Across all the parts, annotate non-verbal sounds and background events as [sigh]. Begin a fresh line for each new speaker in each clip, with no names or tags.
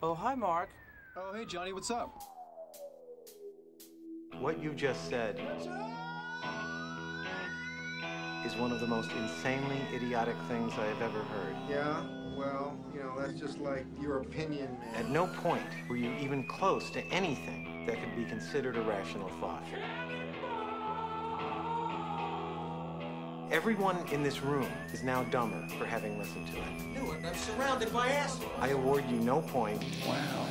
Oh, hi, Mark.
Oh, hey, Johnny, what's up?
What you just said is one of the most insanely idiotic things I have ever heard.
Yeah, well, you know, that's just like your opinion, man.
At no point were you even close to anything that could be considered a rational thought. Everyone in this room is now dumber for having listened to it.
Do it. I'm surrounded by assholes.
I award you no point.
Wow.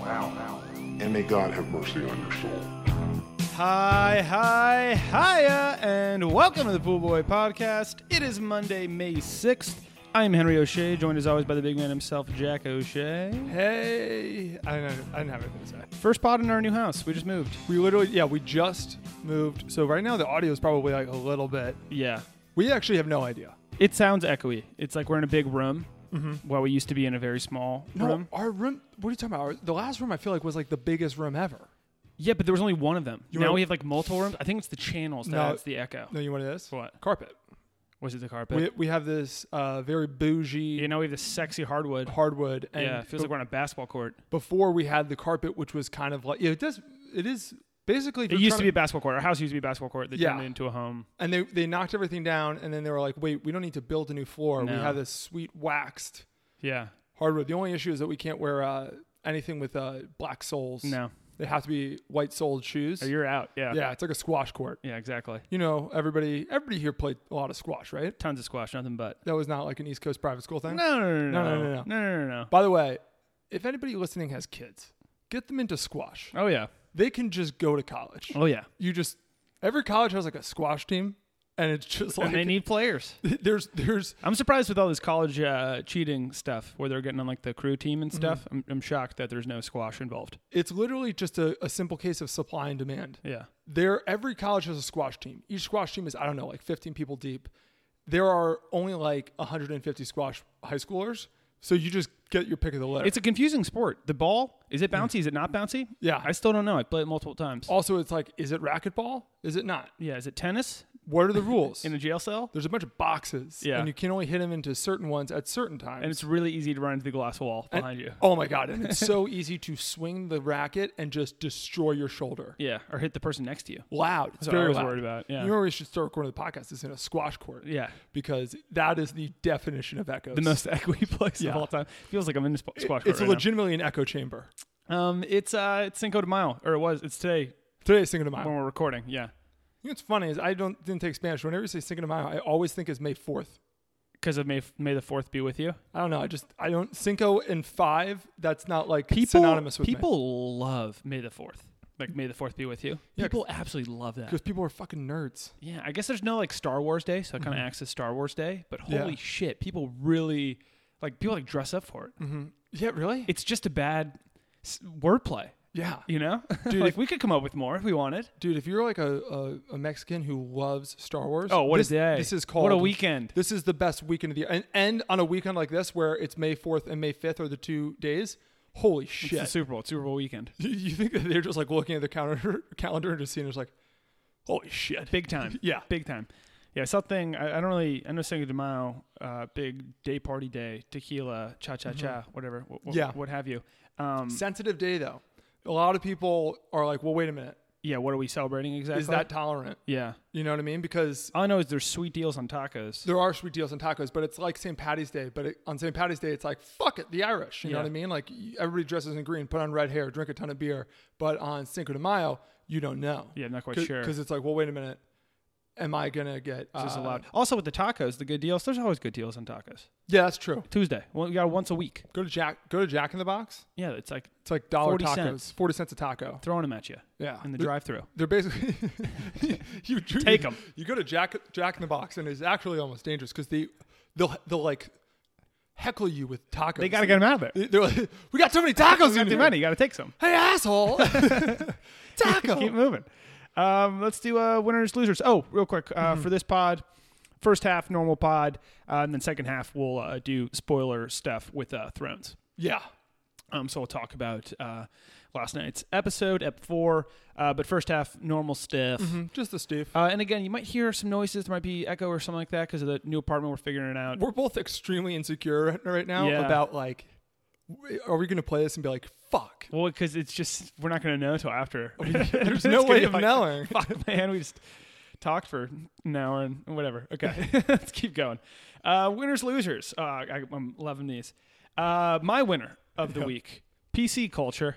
Wow. Wow. And may God have mercy on your soul.
Hi, hi, hiya, and welcome to the Pool Boy Podcast. It is Monday, May 6th. I'm Henry O'Shea, joined as always by the big man himself, Jack O'Shea.
Hey, I don't, I don't have anything to say.
First pod in our new house. We just moved.
We literally, yeah, we just moved. So right now the audio is probably like a little bit.
Yeah.
We actually have no idea.
It sounds echoey. It's like we're in a big room
Mm-hmm.
while we used to be in a very small room.
our room. What are you talking about? Our- the last room I feel like was like the biggest room ever.
Yeah, but there was only one of them. now
were-
we have like multiple rooms. I think it's the channels that
No.
adds the echo.
No, you want this?
What?
Carpet.
Was it the carpet?
We, we have this uh, very bougie
you know, we have this sexy hardwood.
hardwood, and
yeah, it feels
be-
like we're on a basketball court.
before we had the carpet, which was kind of like yeah, it does. It is basically if
It
you're
used to
trying
be a basketball court. Our house used to be a basketball court. They
Yeah.
turned it into a home.
and they they knocked everything down, and then they were like, wait, we don't need to build a new floor. We
No.
have this sweet waxed
Yeah.
hardwood. The only issue is that we can't wear uh, anything with uh, black soles.
No.
They have to be white soled shoes.
Oh, you're out. Yeah.
yeah, it's like a squash court.
Yeah, exactly.
You know, everybody everybody here played a lot of squash, right?
Tons of squash, nothing but.
That was not like an East Coast private school thing.
No, no,
No, no,
no, no, no,
no, no.
no, no, no.
By the way, if anybody listening has kids, get them into squash.
Oh yeah.
They can just go to college.
Oh yeah.
You just every college has like a squash team, and it's just like
And they need [laughs] players.
[laughs] there's there's
I'm surprised with all this college uh, cheating stuff, where they're getting on like the crew team and stuff. I'm, I'm shocked that there's no squash involved.
it's literally just a, a simple case of supply and demand.
Yeah.
There every college has a squash team. Each squash team is I don't know like 15 people deep. There are only like 150 squash high schoolers, so you just get your pick of the litter.
It's a confusing sport. The ball is it bouncy? Is it not bouncy?
Yeah.
I still don't know. I played it multiple times.
also it's like is it racquetball? Is it not?
yeah. Is it tennis
What are the rules?
[laughs] in a jail cell?
[laughs] there's a bunch of boxes,
Yeah.
and you can only hit them into certain ones at certain times.
And it's really easy to run into the glass wall behind you.
Oh my god! And it's
[laughs]
so easy to swing the racket and just destroy your shoulder.
Yeah. Or hit the person next to you.
Loud. It's
what I
very
was
loud.
worried about, yeah.
You know, we should start recording the podcast. It's in a squash court.
Yeah.
Because that is the definition of echoes.
The most [laughs] equity place
Yeah.
of all time. Feels like I'm in a sp- squash.
It's
court right
legitimately an echo chamber.
Now. Um. It's uh. It's Cinco de Mayo, or it was. It's today
Today's Cinco de Mayo.
when we're recording. Yeah.
You know what's funny is I don't didn't take Spanish. Whenever you say Cinco de Mayo, I always think it's May Fourth.
Because of May May the Fourth be with you.
I don't know. I just I don't Cinco and five. That's not like
people,
synonymous with
people love May the Fourth. Like May the Fourth be with you. People absolutely love that.
because people are fucking nerds.
Yeah, I guess there's no like Star Wars Day, so it kind of acts as Star Wars Day. But
Yeah.
holy shit, people really like people like dress up for it.
Mm-hmm. Yeah, really?
It's just a bad s- wordplay,
yeah,
you know. [laughs]
Dude,
like
if-
we could come up with more if we wanted.
dude. If you're like a, a, a Mexican who loves Star Wars,
Oh, what a
this,
day.
This is called
What a weekend.
This is the best weekend of the year. And, and on a weekend like this, where it's May fourth and May fifth are the two days. Holy
It's
shit!
the Super Bowl. It's Super Bowl weekend.
[laughs] you you think that they're just like looking at the calendar [laughs] calendar and just seeing it's like, holy shit!
Big time.
[laughs] Yeah.
Big time. Yeah, something I, I don't really I know Cinco de Mayo, uh, big day party day, tequila, cha cha cha, whatever, wh- wh-
Mm-hmm. Yeah.
what have you. Um,
Sensitive day though. A lot of people are like, well, wait a minute,
yeah, what are we celebrating exactly?
is that tolerant?
yeah?
You know what I mean? Because
All I know is there's sweet deals on tacos.
there are sweet deals on tacos, but it's like St. Patty's Day. But it, on St. Patty's Day, it's like fuck it, the Irish. You know
Yeah.
what I mean? Like everybody dresses in green, put on red hair, drink a ton of beer. But on Cinco de Mayo, you don't know.
Yeah, I'm not quite
Cause,
sure.
Because it's like, well, wait a minute, am I gonna get?
This is
uh,
allowed. Also with the tacos, the good deals. There's always good deals on tacos.
Yeah, that's true.
Tuesday, well, you got once a week.
Go to Jack. Go to Jack in the Box.
Yeah, it's like
It's like dollar
40
tacos,
cents.
forty cents a taco.
throwing them at you.
Yeah.
in the
They're-
drive-through.
They're basically [laughs] you dr-
Take 'em.
You go to Jack Jack in the Box, and it's actually almost dangerous because they they'll they'll like heckle you with tacos.
They gotta get them out of there.
They- They're like, we got too many tacos in
Got the
here.
money. You got to take some.
Hey,
[laughs]
asshole!
Keep
Taco.
moving. Um, let's do uh, winners losers. Oh, real quick uh, for this pod, first half normal pod, uh, and then second half we'll uh, do spoiler stuff with uh, Thrones.
yeah.
Um, so we'll talk about uh, last night's episode, ep four. Uh, but first half normal stuff.
Just the Steve.
Uh, and again, you might hear some noises. There might be echo or something like that because of the new apartment. We're figuring it out.
We're both extremely insecure right- right now
Yeah.
about like w- are we going to play this and be like, fuck?
Well, because it's just we're not going to know until after.
[laughs]
[laughs]
There's
It's
no
gonna
way
be
of
like,
knowing.
[laughs] Fuck, man, we just talked for an hour and whatever.
[laughs]
Okay, [laughs] let's keep going. Uh, winners, losers. Uh, I, I'm loving these. Uh, my winner
[laughs]
of the week: PC culture.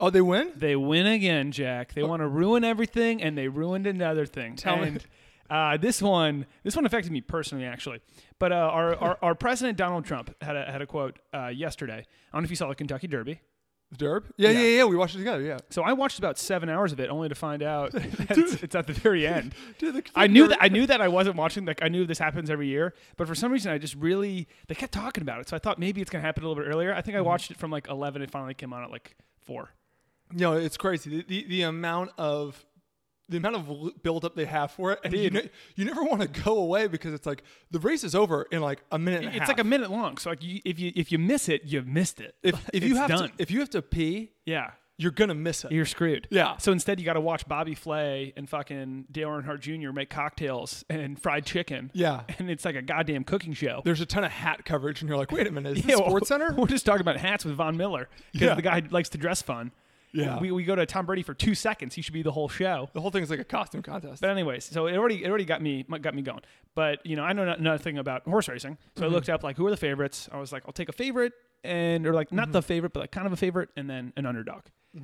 Oh, they win?
They win again, Jack. They want to ruin everything, and they ruined another thing.
Oh. Tell me.
and, Uh, this one, this one affected me personally, actually. But uh, our, our our president Donald Trump had a had a quote uh, yesterday. I don't know if you saw the Kentucky Derby.
Derb? Yeah, yeah,
Yeah.
yeah, We watched it together. Yeah.
So I watched about seven hours of it, only to find
[laughs]
out that it's, it's at the very end.
Dude, the-
I knew
[laughs]
that I knew that I wasn't watching. Like I knew this happens every year, but for some reason I just really they kept talking about it. So I thought maybe it's gonna happen a little bit earlier. I think I
Mm-hmm.
watched it from like eleven. It finally came on at like four.
No, it's crazy. The, the, the amount of the amount of l- buildup they have for it, and you,
Dude.
ne- you never want to go away because it's like the race is over in like a minute. And a
It's
half.
like a minute long. So like you, if you if you miss it, you've missed it.
If, if you
It's
have
done,
to, if you have to pee,
yeah,
you're gonna miss it.
you're screwed.
Yeah.
So instead, you got to watch Bobby Flay and fucking Dale Earnhardt Jr. make cocktails and fried chicken.
Yeah.
and it's like a goddamn cooking show.
There's a ton of hat coverage, and you're like, wait a minute, is [laughs]
Yeah,
this
well,
Sports Center?
[laughs] We're just talking about hats with Von Miller because
Yeah.
the guy likes to dress fun.
Yeah.
We, we go to Tom Brady for two seconds. He should be the whole show.
The whole thing's like a costume contest.
But anyways, so it already it already got me got me going. But you know, I know not, nothing about horse racing, so
Mm-hmm.
I looked up like who are the favorites. I was like, I'll take a favorite and or like not
Mm-hmm.
the favorite, but like kind of a favorite, and then an underdog.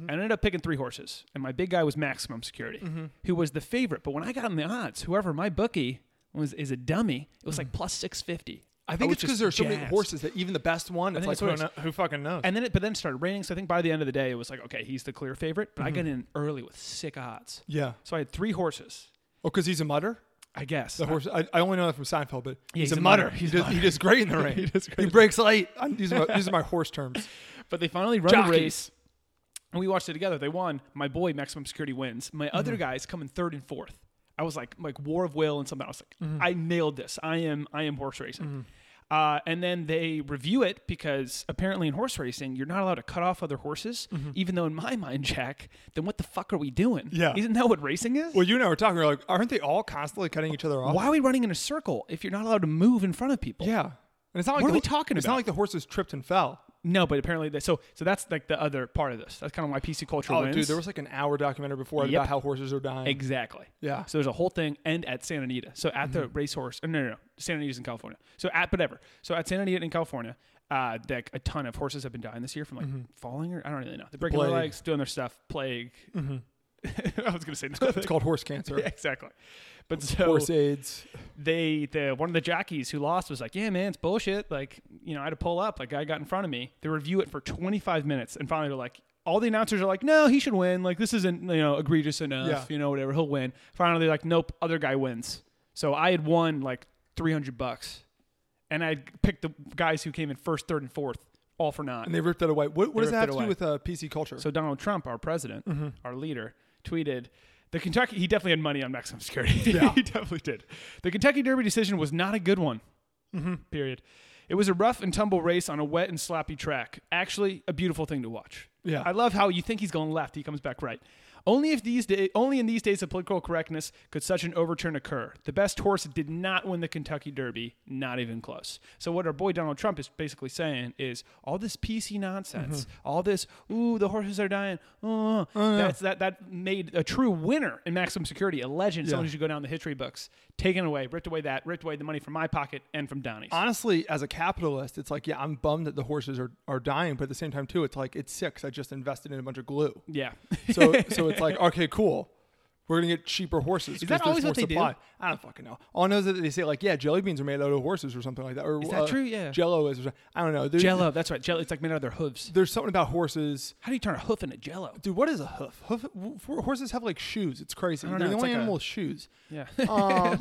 I ended up picking three horses, and my big guy was Maximum Security,
Mm-hmm.
who was the favorite. But when I got in the odds, whoever my bookie was is a dummy. It was like plus six fifty.
Mm. I think it's because there's so many horses that even the best one, it's
think
like
it's what
who,
it
kno- who fucking knows?
And then it, but then it started raining. So I think by the end of the day, it was like, okay, he's the clear favorite. But
Mm-hmm.
I got in early with sick odds.
yeah.
So I had three horses,
Oh, because he's a mutter.
I guess.
The horse. I, I only know that from Seinfeld, but he's,
he's
a,
a
mutter.
mutter.
He
He's
does,
a
he
mutter.
does great in [laughs] the rain. he,
does great in the
breaks late. I'm- these, are my, these are my horse terms.
But they finally run
Jockeys.
the race, and we watched it together. They won. My boy, Maximum Security, wins. My
Mm-hmm.
other guys come in third and fourth. I was like, like War of Will and something. I was like,
Mm-hmm.
I nailed this. I am, I am horse racing. Uh, and then they review it because apparently in horse racing you're not allowed to cut off other horses.
Mm-hmm.
Even though in my [laughs] mind, Jack, then what the fuck are we doing?
Yeah.
isn't that what racing is?
Well, you and I were talking. We're like, aren't they all constantly cutting each other off?
Why are we running in a circle if you're not allowed to move in front of people?
Yeah. And it's not like
What are
the,
we
ho-
talking
It's not
about?
like the horses tripped and fell.
No, but apparently, that, so so that's like the other part of this. That's kind of why PC culture
Oh,
wins.
dude, there was like an hour documentary before it
Yep.
about how horses are dying.
exactly.
Yeah.
So there's a whole thing, and at Santa Anita. So at the racehorse, oh, no, no, no, Santa Anita's in California. So at whatever. So at Santa Anita in California, uh, like a ton of horses have been dying this year from like falling or I don't really know. They're breaking
plague.
their legs, doing their stuff, plague. [laughs] I was gonna say nothing.
It's called horse [laughs] cancer.
Yeah, exactly. But so
Horse AIDS.
they the one of the jockeys who lost was like, "Yeah, man, it's bullshit. Like, you know, I had to pull up. Like, guy got in front of me. They review it for 25 minutes, and finally, they're like, all the announcers are like, "No, he should win. Like, this isn't you know egregious enough.
Yeah.
You know, whatever. He'll win." Finally, they're like, "Nope, other guy wins." So I had won like 300 bucks, and I picked the guys who came in first, third, and fourth, all for naught.
And they ripped it away. What, what does
ripped
that
it
have to do
away.
with uh, PC culture?
So Donald Trump, our president, our leader, tweeted the Kentucky. He definitely had money on maximum security. [laughs] he definitely did. The Kentucky Derby decision was not a good one. Period. It was a rough and tumble race on a wet and sloppy track. Actually, a beautiful thing to watch.
Yeah.
I love how you think he's going left, he comes back right. Only if these day, only in these days of political correctness could such an overturn occur. The best horse did not win the Kentucky Derby, not even close. So what our boy Donald Trump is basically saying is all this PC nonsense, all this ooh the horses are dying, oh, that's that that made a true winner in maximum security, a legend, someone who should go down the history books, taken away, ripped away that, ripped away the money from my pocket and from Donnie's.
honestly, as a capitalist, it's like, yeah, I'm bummed that the horses are, are dying, but at the same time, too, it's like it's six. I just invested in a bunch of glue.
yeah. [laughs]
So so it's [laughs] like, okay, cool. We're gonna get cheaper horses.
Is
'cause
that
there's
always
more
what they do?
supply. I don't fucking know. All I know is that they say like, yeah, jelly beans are made out of horses or something like that. Or, uh,
Is that true? Yeah.
Jello is. Or, something. I don't know. There's,
Jello, that's right. Jello, it's like made out of their hooves.
There's something about horses.
How do you turn a hoof into Jello?
Dude, what is a hoof? Hoof. w- for- Horses have like shoes. It's crazy. They're
know.
the
It's
only
like a-
animal with [laughs] shoes.
Yeah.
Um,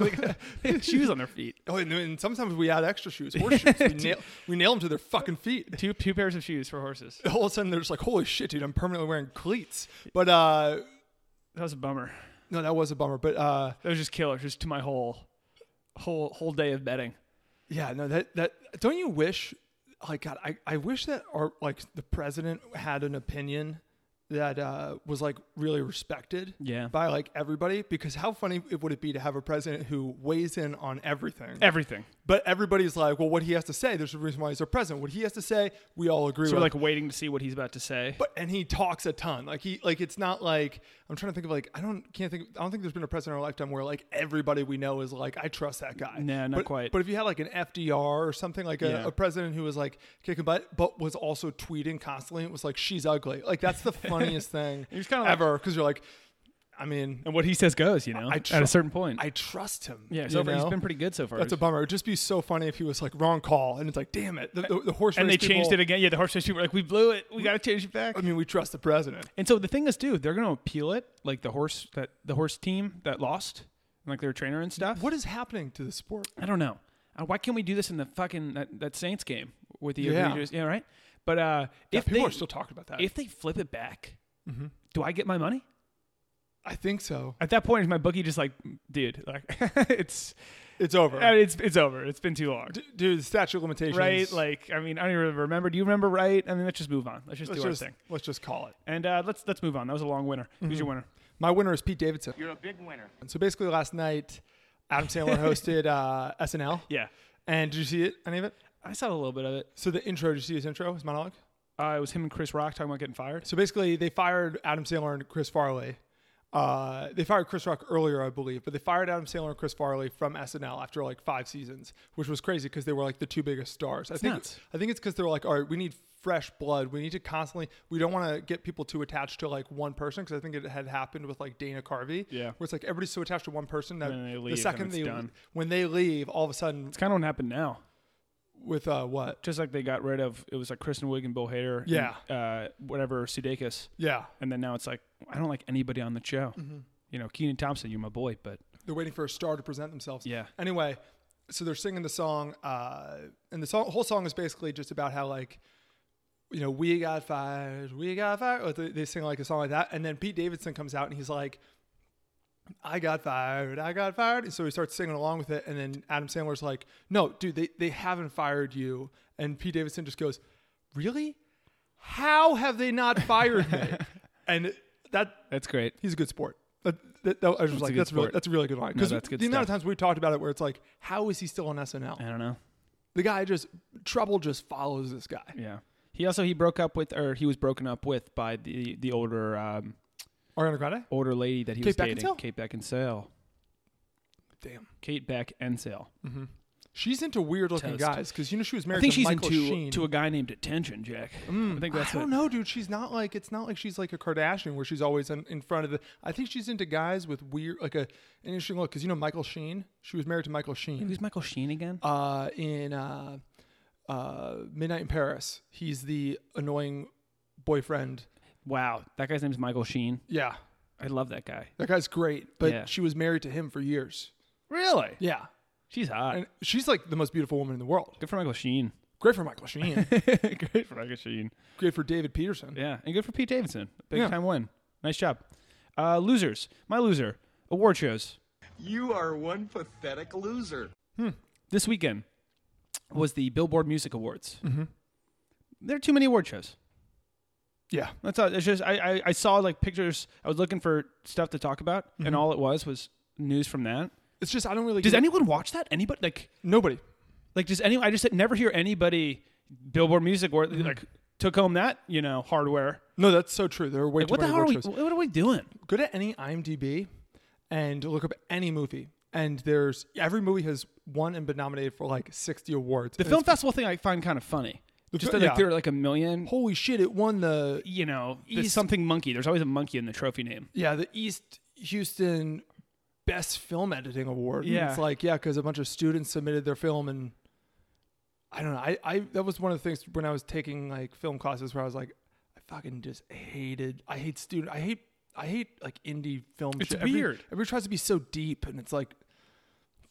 [laughs]
they have [laughs] shoes on their feet.
oh, and, and sometimes we add extra shoes. Horse shoes.
[laughs]
We nail, we nail them to their fucking feet. [laughs]
Two two pairs of shoes for horses.
all of a sudden they're just like, holy shit, dude, I'm permanently wearing cleats. But uh
That was a bummer.
no, that was a bummer. But uh
That was just killer. Just to my whole whole whole day of betting.
yeah, no, that that don't you wish like God, I, I wish that our like the president had an opinion that uh was like really respected
Yeah.
by like everybody because how funny it would it be to have a president who weighs in on everything.
Everything.
But everybody's like, well, what he has to say, there's a reason why he's our president. What he has to say, we all agree
So
with.
we're like waiting to see what he's about to say.
but and he talks a ton. Like he like it's not like I'm trying to think of like I don't can't think I don't think there's been a president in our lifetime where like everybody we know is like I trust that guy.
Nah, not
But-
quite.
But if you had like an FDR or something like a,
Yeah.
a president who was like kicking butt but was also tweeting constantly, it was like she's ugly. Like that's
[laughs]
the funniest thing
He was kinda like-
ever because you're like, I mean,
and what he says goes, you know,
I
at
tru-
a certain point.
I trust him.
yeah,
you
so far, he's
know?
been pretty good so far.
That's a bummer. It'd just be so funny if he was like wrong call, and it's like, damn it, the, the, the horse.
and they
race
changed
people-
it again. Yeah, the horse race people were like, we blew it. We got to change it back.
I mean, we trust the president.
And so the thing is, dude, they're going to appeal it, like the horse that the horse team that lost, like their trainer and stuff.
What is happening to the sport?
I don't know. Uh, why can't we do this in the fucking that, that Saints game with the
Yeah.
egregious? Yeah, right. But uh, if
people
they
are still talking about that.
if they flip it back, do I get my money?
I think so.
Mm-hmm. At that point, is my bookie just like, dude, like [laughs] it's
It's over.
I mean, it's it's over. It's been too long,
D- dude, the statute of limitations.
right? Like, I mean, I don't even remember. Do you remember? Right? I mean, let's just move on. Let's just
let's
do
just,
our thing.
let's just call it.
And uh, let's let's move on. That was a long winner. Who's your winner?
My winner is Pete Davidson.
You're a big winner.
And so basically, last night, Adam [laughs] Sandler hosted uh, SNL.
Yeah,
And did you see it? Any of it?
I saw a little bit of it.
So the intro. Did you see his intro? His monologue.
Uh, it was him and Chris Rock talking about getting fired.
So basically, they fired Adam Sandler and Chris Farley. Uh, they fired Chris Rock earlier, I believe, but they fired Adam Sandler and Chris Farley from SNL after like five seasons, which was crazy because they were like the two biggest stars. I think
nuts.
I think it's because they're like, all right, we need fresh blood. We need to constantly. We don't want to get people too attached to like one person because I think it had happened with like Dana Carvey.
Yeah.
where it's like everybody's so attached to one person that
then they
the
leave
second
and
they
it's done.
when they leave, all of a sudden
It's kind of what happened now.
with uh what?
Just like they got rid of it was like Kristen Wiig and Bill Hader. and,
Yeah.
uh, whatever Sudeikis.
Yeah,
And then now it's like I don't like anybody on the show. You know, Keenan Thompson, you're my boy, but
they're waiting for a star to present themselves.
Yeah.
Anyway, so they're singing the song, uh, and the song, whole song is basically just about how like, you know, we got fired, we got fired. Like, They, they sing like a song like that, and then Pete Davidson comes out and he's like, "I got fired, I got fired," and so he starts singing along with it, and then Adam Sandler's like, "No, dude, they they haven't fired you," and Pete Davidson just goes, "Really? How have they not fired me?" and that
that's great.
he's a good sport. That, that, that- I was just like,
good
that's really,
sport.
that's a really good line. Because
that's
the
good
amount of
stuff.
times we talked about it where it's like, how is he still on SNL?
I don't know.
The guy just, trouble just follows this guy.
Yeah. He also he broke up with or he was broken up with by the the older um,
Ariana Grande?
older lady that he was
Kate
dating,
Beckinsale?
Kate Beckinsale.
Damn.
Kate Beck and Sale.
She's into weird looking
Toast.
guys because you know she was married
I think
to
she's
Michael
into
Sheen.
to a guy named Attention Jack. I think that's
I
what-
don't know, dude. She's not like it's not like she's like a Kardashian where she's always in, in front of the. I think she's into guys with weird, like a an interesting look. Because you know Michael Sheen, she was married to Michael Sheen.
Who's Michael Sheen again?
uh, in uh, uh, Midnight in Paris, he's the annoying boyfriend.
wow, that guy's name's Michael Sheen.
Yeah,
I love that guy.
That guy's great, but
Yeah.
she was married to him for years.
Really?
Yeah.
She's hot.
And she's like the most beautiful woman in the world.
good for Michael Sheen. [laughs]
Great for Michael Sheen.
Great for Michael Sheen.
great for David Peterson.
Yeah, and good for Pete Davidson. Big
Yeah.
time win. Nice job. Uh, losers. My loser. Award shows. Hmm.
You are one pathetic loser.
This weekend was the Billboard Music Awards.
Mm-hmm.
There are too many award shows.
Yeah.
That's all. It's just I, I I saw like pictures. I was looking for stuff to talk about,
Mm-hmm.
and all it was was news from that.
It's just, I don't really.
Does
get-
anyone watch that? Anybody like
Nobody.
like does any? I just never hear anybody Billboard Music Award
Mm-hmm.
like took home that you know hardware.
No, that's so true. There are way
Like,
too
what the
many
hell are we?
award shows.
What are we doing?
Go to any IMDb and look up any movie. And there's every movie has won and been nominated for like 60 awards.
The film festival thing I find kind of funny. Just
fi-
that, like
yeah.
there are like a million.
Holy shit, it won the
You know, there's
East-
something monkey. There's always a monkey in the trophy name.
Yeah, the East Houston Best Film Editing Award. And
Yeah.
it's like yeah, because a bunch of students submitted their film, and I don't know. I, I that was one of the things when I was taking like film classes where I was like, I fucking just hated. I hate student. I hate. I hate like indie film.
It's
shit. Every-
weird.
Everybody tries to be so deep, and it's like,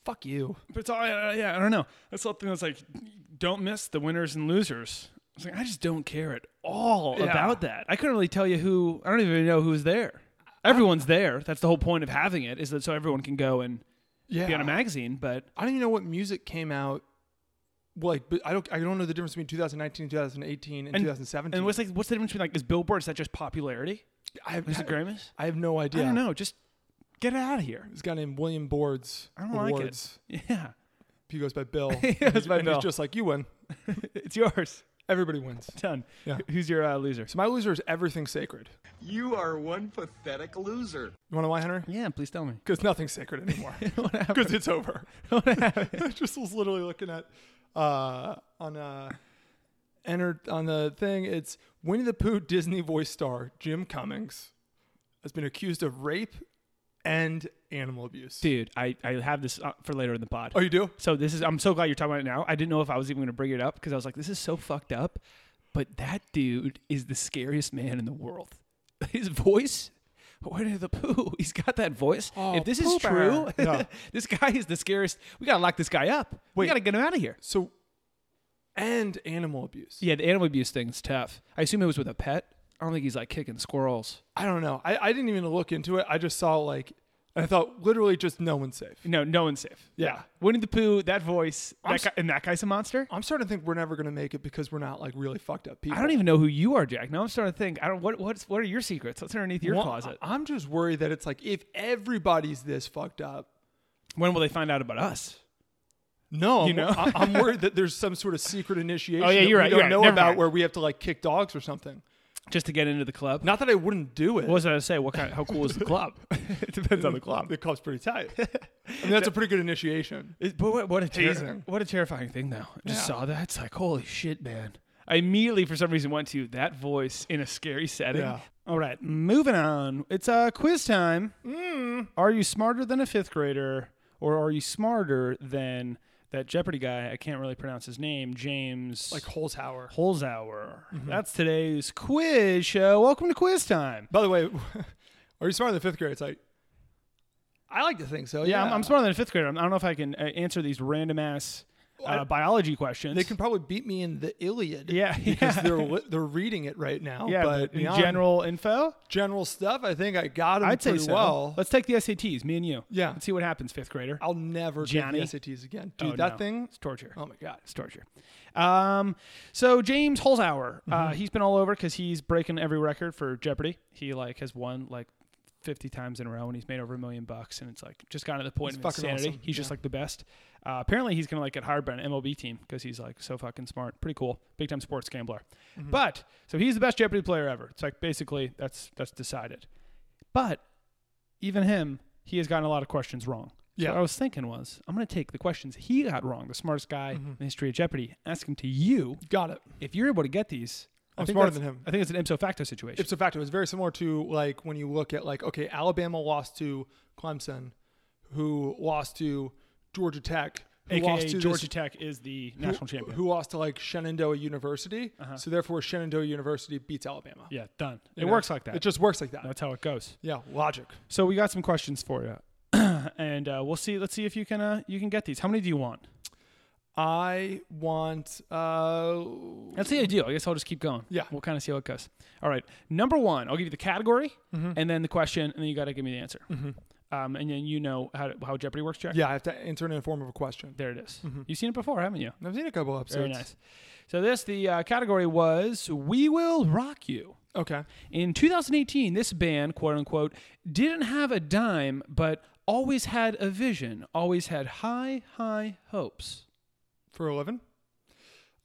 fuck you.
But it's all uh, yeah. I don't know. That's something that's like, don't miss the winners and losers. It's like I just don't care at all about that. I couldn't really tell you who. I don't even know who's there. Everyone's there. That's the whole point of having it is that so everyone can go and
Yeah,
be on a magazine. But
I don't even know what music came out. Like, but I don't. I don't know the difference between 2019, 2018, and,
and-
2017.
And what's like? What's the difference between like is Billboard? Is that just popularity?
I have,
Is it Grammys?
I have no idea.
I don't know. Just get it out of here. [laughs]
This guy named William Boards.
I don't
Awards.
like it. Yeah. [laughs]
He goes by Bill.
goes by
and
Bill.
He's just like you win.
It's yours.
Everybody wins.
Done.
Yeah.
Who's your uh, loser?
So my loser is everything sacred.
You are one pathetic loser.
You want to know why, Hunter?
Yeah, please tell me.
Because nothing's sacred
[laughs]
anymore. Because it's over. [laughs] I just was literally looking at uh, on uh, enter on the thing. It's Winnie the Pooh Disney voice star Jim Cummings has been accused of rape and animal abuse.
Dude, I, I have this uh, for later in the pod.
Oh, you do?
So this is I'm so glad you're talking about it now. I didn't know if I was even going to bring it up because I was like, this is so fucked up. But that dude is the scariest man in the world. [laughs] His voice, Winnie the Pooh, [laughs] he's got that voice. if this is
Pooh
true, [laughs]
Bear. Yeah.
this guy is the scariest. We gotta lock this guy up. We
Wait.
gotta get him out of here.
So and animal abuse.
Yeah, the animal abuse thing's tough. I assume it was with a pet. I don't think he's like kicking squirrels.
I don't know. I, I didn't even look into it. I just saw like and I thought literally just no one's safe.
No, no one's safe.
Yeah.
Winnie the Pooh, that voice,
I'm
that guy,
s-
and that guy's a monster.
I'm starting to think we're never gonna make it because we're not like really fucked up people.
I don't even know who you are, Jack. Now I'm starting to think. I don't. What what's what are your secrets? What's underneath your
Well,
closet?
I- I'm just worried that it's like if everybody's this fucked up.
When will they find out about us?
No,
You know?
I'm, I- I'm worried that there's some sort of secret initiation.
Oh, yeah,
that
you're
we
right,
Don't
you're right.
know
Never
about
mind.
where we have to like kick dogs or something.
Just to get into the club.
Not that I wouldn't do it.
What was I gonna say? What kind? How cool is the club? [laughs] it depends on the club.
The club's pretty tight. [laughs] I mean, that's a pretty good initiation.
It- but what, what a ter-
Hazing.
what a terrifying thing though. I just
Yeah.
saw that. It's like holy shit, man. I immediately, for some reason, went to that voice in a scary setting.
Yeah.
All right, moving on. It's uh, quiz time. Are you smarter than a fifth grader, or are you smarter than that Jeopardy guy? I can't really pronounce his name. James,
Like Holzhauer.
Holzhauer. That's today's quiz show. Welcome to quiz time.
By the way, [laughs] are you smarter than fifth grade? It's like, I like to think so.
Yeah, I'm, I'm smarter than a fifth grader. I'm- I don't know if I can uh, answer these random ass uh, biology questions.
They can probably beat me in the Iliad.
yeah,
[laughs] Because
yeah.
they're li- they're reading it right now.
yeah,
Oh, but
but in
beyond
general info,
general stuff, I think I got them
I'd say
pretty
so.
well.
Let's take the SATs, me and you.
Yeah.
Let's see what happens, fifth grader.
I'll never
Johnny?
take the SATs again.
Oh,
Dude, that
no.
thing.
It's torture.
Oh my god.
It's torture. Um, so James Holzhauer, uh,
Mm-hmm.
he's been all over because he's breaking every record for Jeopardy. He like has won like fifty times in a row, and he's made over a million bucks, and it's like just gotten to the point
He's
of
fucking
insanity.
awesome.
He's just
Yeah.
like the best. Uh, apparently, he's gonna like get hired by an MLB team because he's like so fucking smart, pretty cool, big time sports gambler.
Mm-hmm.
But so he's the best Jeopardy player ever. It's like basically that's that's decided. But even him, he has gotten a lot of questions wrong. So
Yeah.
what I was thinking was, I'm going to take the questions he got wrong, the smartest guy in the history of Jeopardy, ask him to you.
Got it.
If you're able to get these, I
I'm
think
smarter
that's-
than him.
I think it's an ipso facto situation.
It's a fact. It was very similar to like when you look at like okay, Alabama lost to Clemson, who lost to Georgia Tech, who
AKA
lost to this-
Georgia Tech is the national
who,
champion.
who lost to like Shenandoah University. So therefore, Shenandoah University beats Alabama.
Uh-huh. yeah, done. It
You know?
works like that.
It just works like that.
that's how it goes.
yeah, logic.
So we got some questions for you, [clears throat] and uh, we'll see. Let's see if you can uh, you can get these. How many do you want?
I want. uh
That's the ideal. I guess I'll just keep going.
Yeah.
We'll kind of see how it goes. All right. Number one, I'll give you the category
Mm-hmm.
and then the question, and then you got to give me the answer. Um, and then you know how, how Jeopardy works, Jack?
Yeah, Mm-hmm. I have to answer it in the form of a question.
There it is. You've seen it before, haven't you?
I've seen a couple
Very
episodes.
nice. So, this, the uh, category was We Will Rock You.
Okay.
In 2018, this band, quote unquote, didn't have a dime, but always had a vision, always had high, high hopes.
For eleven.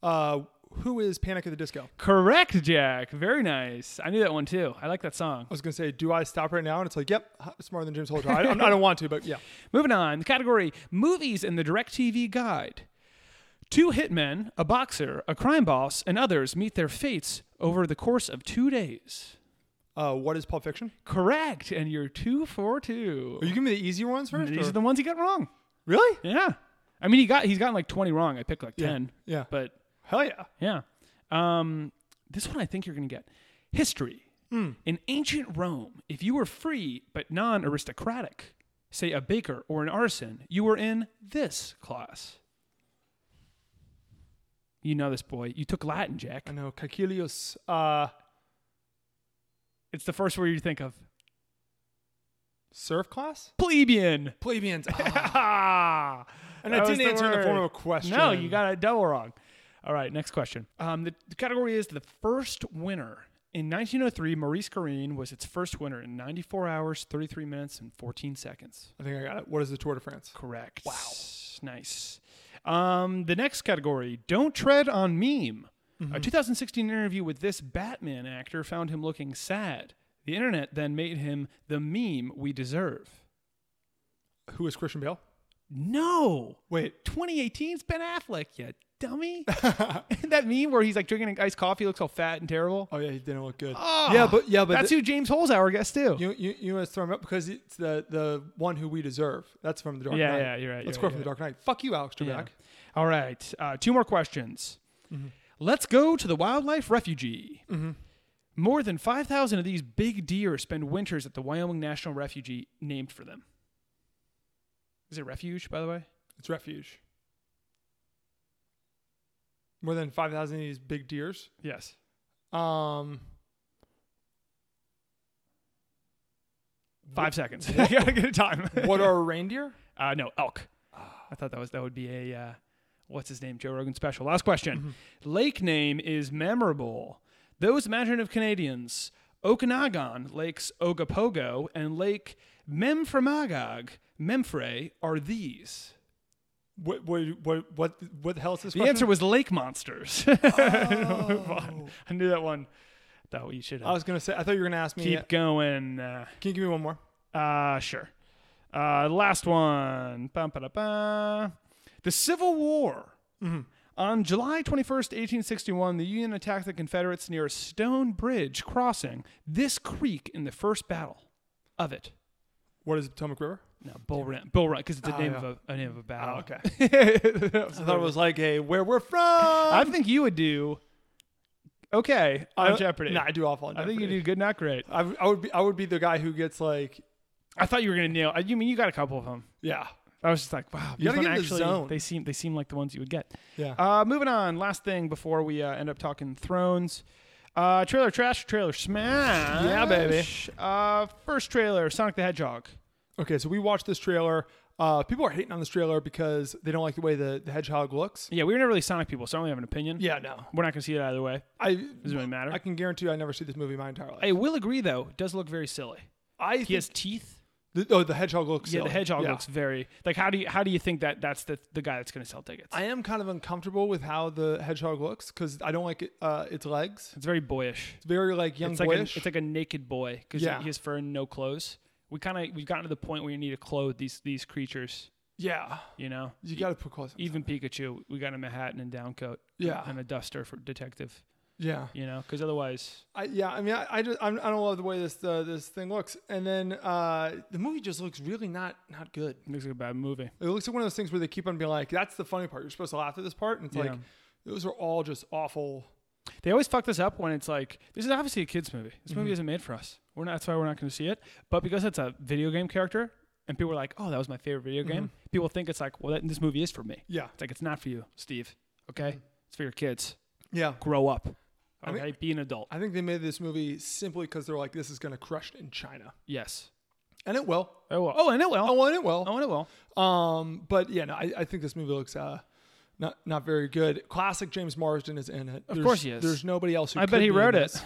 Uh, who is Panic at the Disco?
Correct, Jack. Very nice. I knew that one too. I like that song.
I was gonna say, do I stop right now? And it's like, yep, h- smarter than James Holter. I, I'm- I don't want to, but yeah.
Moving on, the category movies and the DirecTV guide. Two hitmen, a boxer, a crime boss, and others meet their fates over the course of two days.
Uh, what is Pulp Fiction?
Correct, and you're two for two.
Are you giving me the easy ones first?
These
or-
are the ones he got wrong.
really?
Yeah, I mean he got he's gotten like twenty wrong. I picked like ten.
yeah.
but
Hell yeah.
yeah, um, this one I think you're gonna get. History in ancient Rome, if you were free but non-aristocratic, say a baker or an artisan, you were in this class. You know this boy. You took Latin, Jack.
I know. Caecilius. Uh,
It's the first word you think of.
surf class.
Plebeian.
[laughs] Plebeians.
[laughs] Ah.
And I
That
didn't
was the
answer in the form
word.
of a question.
No, you got it double wrong. All right, next question. Um, the, the category is the first winner. In 1903, Maurice Green was its first winner in 94 hours, 33 minutes, and 14 seconds.
I think I got it. What is the Tour de France?
Correct. Wow. Nice. Um, the next category, Don't Tread on Meme. A 2016 interview with this Batman actor found him looking sad. The internet then made him the meme we deserve.
Who is Christian Bale?
No!
Wait,
2018's Ben Affleck, you
[laughs]
dummy. [laughs] that meme where he's like drinking an iced coffee, looks all fat and terrible.
oh yeah, he didn't look good. yeah, but yeah, but
Ah! That's
th-
who James Holzhauer gets too.
you you you must throw him up because it's the the one who we deserve. That's from the Dark
Yeah,
Knight.
yeah, you're right,
Let's
you're
go from
right, you're
the Dark Knight. Fuck you, Alex
Yeah.
Trebek.
All right. Uh, two more questions.
Mm-hmm.
Let's go to the wildlife refugee. More than 5,000 of these big deer spend winters at the Wyoming National Refuge named for them. Is it refuge, by the way?
It's refuge. More than five thousand of these big deers.
Yes.
Um,
Five seconds. [laughs] I gotta get a time. [laughs]
what are reindeer?
Uh, no, elk. I thought that was that would be a uh, what's his name Joe Rogan special. Last question.
Mm-hmm.
Lake name is memorable. Those imaginative Canadians, Okanagan, Lakes Ogopogo, and Lake Memphramagog, Memphre, are these.
What what what what what the hell is this?
The
question?
answer was lake monsters. [laughs] Move on. I knew that one. Thought we should
Oh. I
have.
was gonna say. I thought you were gonna ask me.
keep going. Uh,
Can you give me one more?
Uh, sure. Uh, last one. Bum, ba-da-ba. The Civil War.
Mm-hmm.
On July 21st, 1861, the Union attacked the Confederates near a stone bridge crossing this creek in the first battle of it.
What is the Potomac
[laughs]
River?
No, Bull Run. Bull Run, because it's a, name
Oh, yeah.
of a, a name of a battle.
okay.
okay.
I thought it was like a where [laughs] we're from.
[laughs] I think you would do okay on Jeopardy.
No, I do awful. On
I
Jeopardy.
think you do good, not great.
I, w- I would be I would be the guy who gets like
I thought you were going to nail. I, you mean you got a couple of them.
yeah
I was just like, wow,
You
these
gotta
one
get in the
actually
zone.
they seem they seem like the ones you would get.
yeah.
Uh, moving on. Last thing before we uh, end up talking Thrones. Uh, trailer trash, trailer smash.
Yeah, baby.
Uh, first trailer, Sonic the Hedgehog.
okay, so we watched this trailer. Uh, people are hating on this trailer because they don't like the way the, the hedgehog looks.
Yeah, we were never really Sonic people, so I only have an opinion.
Yeah, no.
We're not going to see it either way.
I
Doesn't really matter.
I can guarantee I never see this movie my entire life.
I will agree, though, it does look very silly.
I think,
He has teeth.
the, oh the hedgehog looks
Yeah, the
silly.
hedgehog looks very like. How do you how do you think that that's the the guy that's going to sell tickets?
I am kind of uncomfortable with how the hedgehog looks because I don't like it, uh, its legs.
it's very boyish.
It's very like young
It's like a,
boyish.
it's like a naked boy because
Yeah.
he has fur and no clothes. We kind of we've gotten to the point where you need to clothe these these creatures.
yeah,
You know,
you got to put clothes. on.
even Pikachu, we got him a hat and a down coat.
Yeah.
And a duster for detective,
yeah,
you know, because otherwise,
I, yeah, I mean, I, I just I'm, I don't love the way this uh, this thing looks, and then uh, the movie just looks really not not good.
it looks like a bad movie.
It looks like one of those things where they keep on being like, "That's the funny part. You're supposed to laugh at this part," and it's
Yeah.
like those are all just awful.
They always fuck this up when it's like, this is obviously a kid's movie. This movie isn't made for us. We're not, that's why we're not going to see it. But because it's a video game character and people are like, oh, that was my favorite video game, people think it's like, well, that, this movie is for me.
Yeah,
It's like, it's not for you, Steve. Okay? It's for your kids.
yeah.
Grow up.
mean-
Okay? Be an adult.
I think they made this movie simply because they're like, "This is going to crush in China,"
yes.
and it will.
Oh, well. Oh, and it will.
Oh, and it will.
Oh, and it will.
Um, but yeah, no, I, I think this movie looks uh, not not very good. Classic James Marsden is in it. Of
course he is.
There's nobody else. Who
I
could
bet he
be in
wrote it.
this.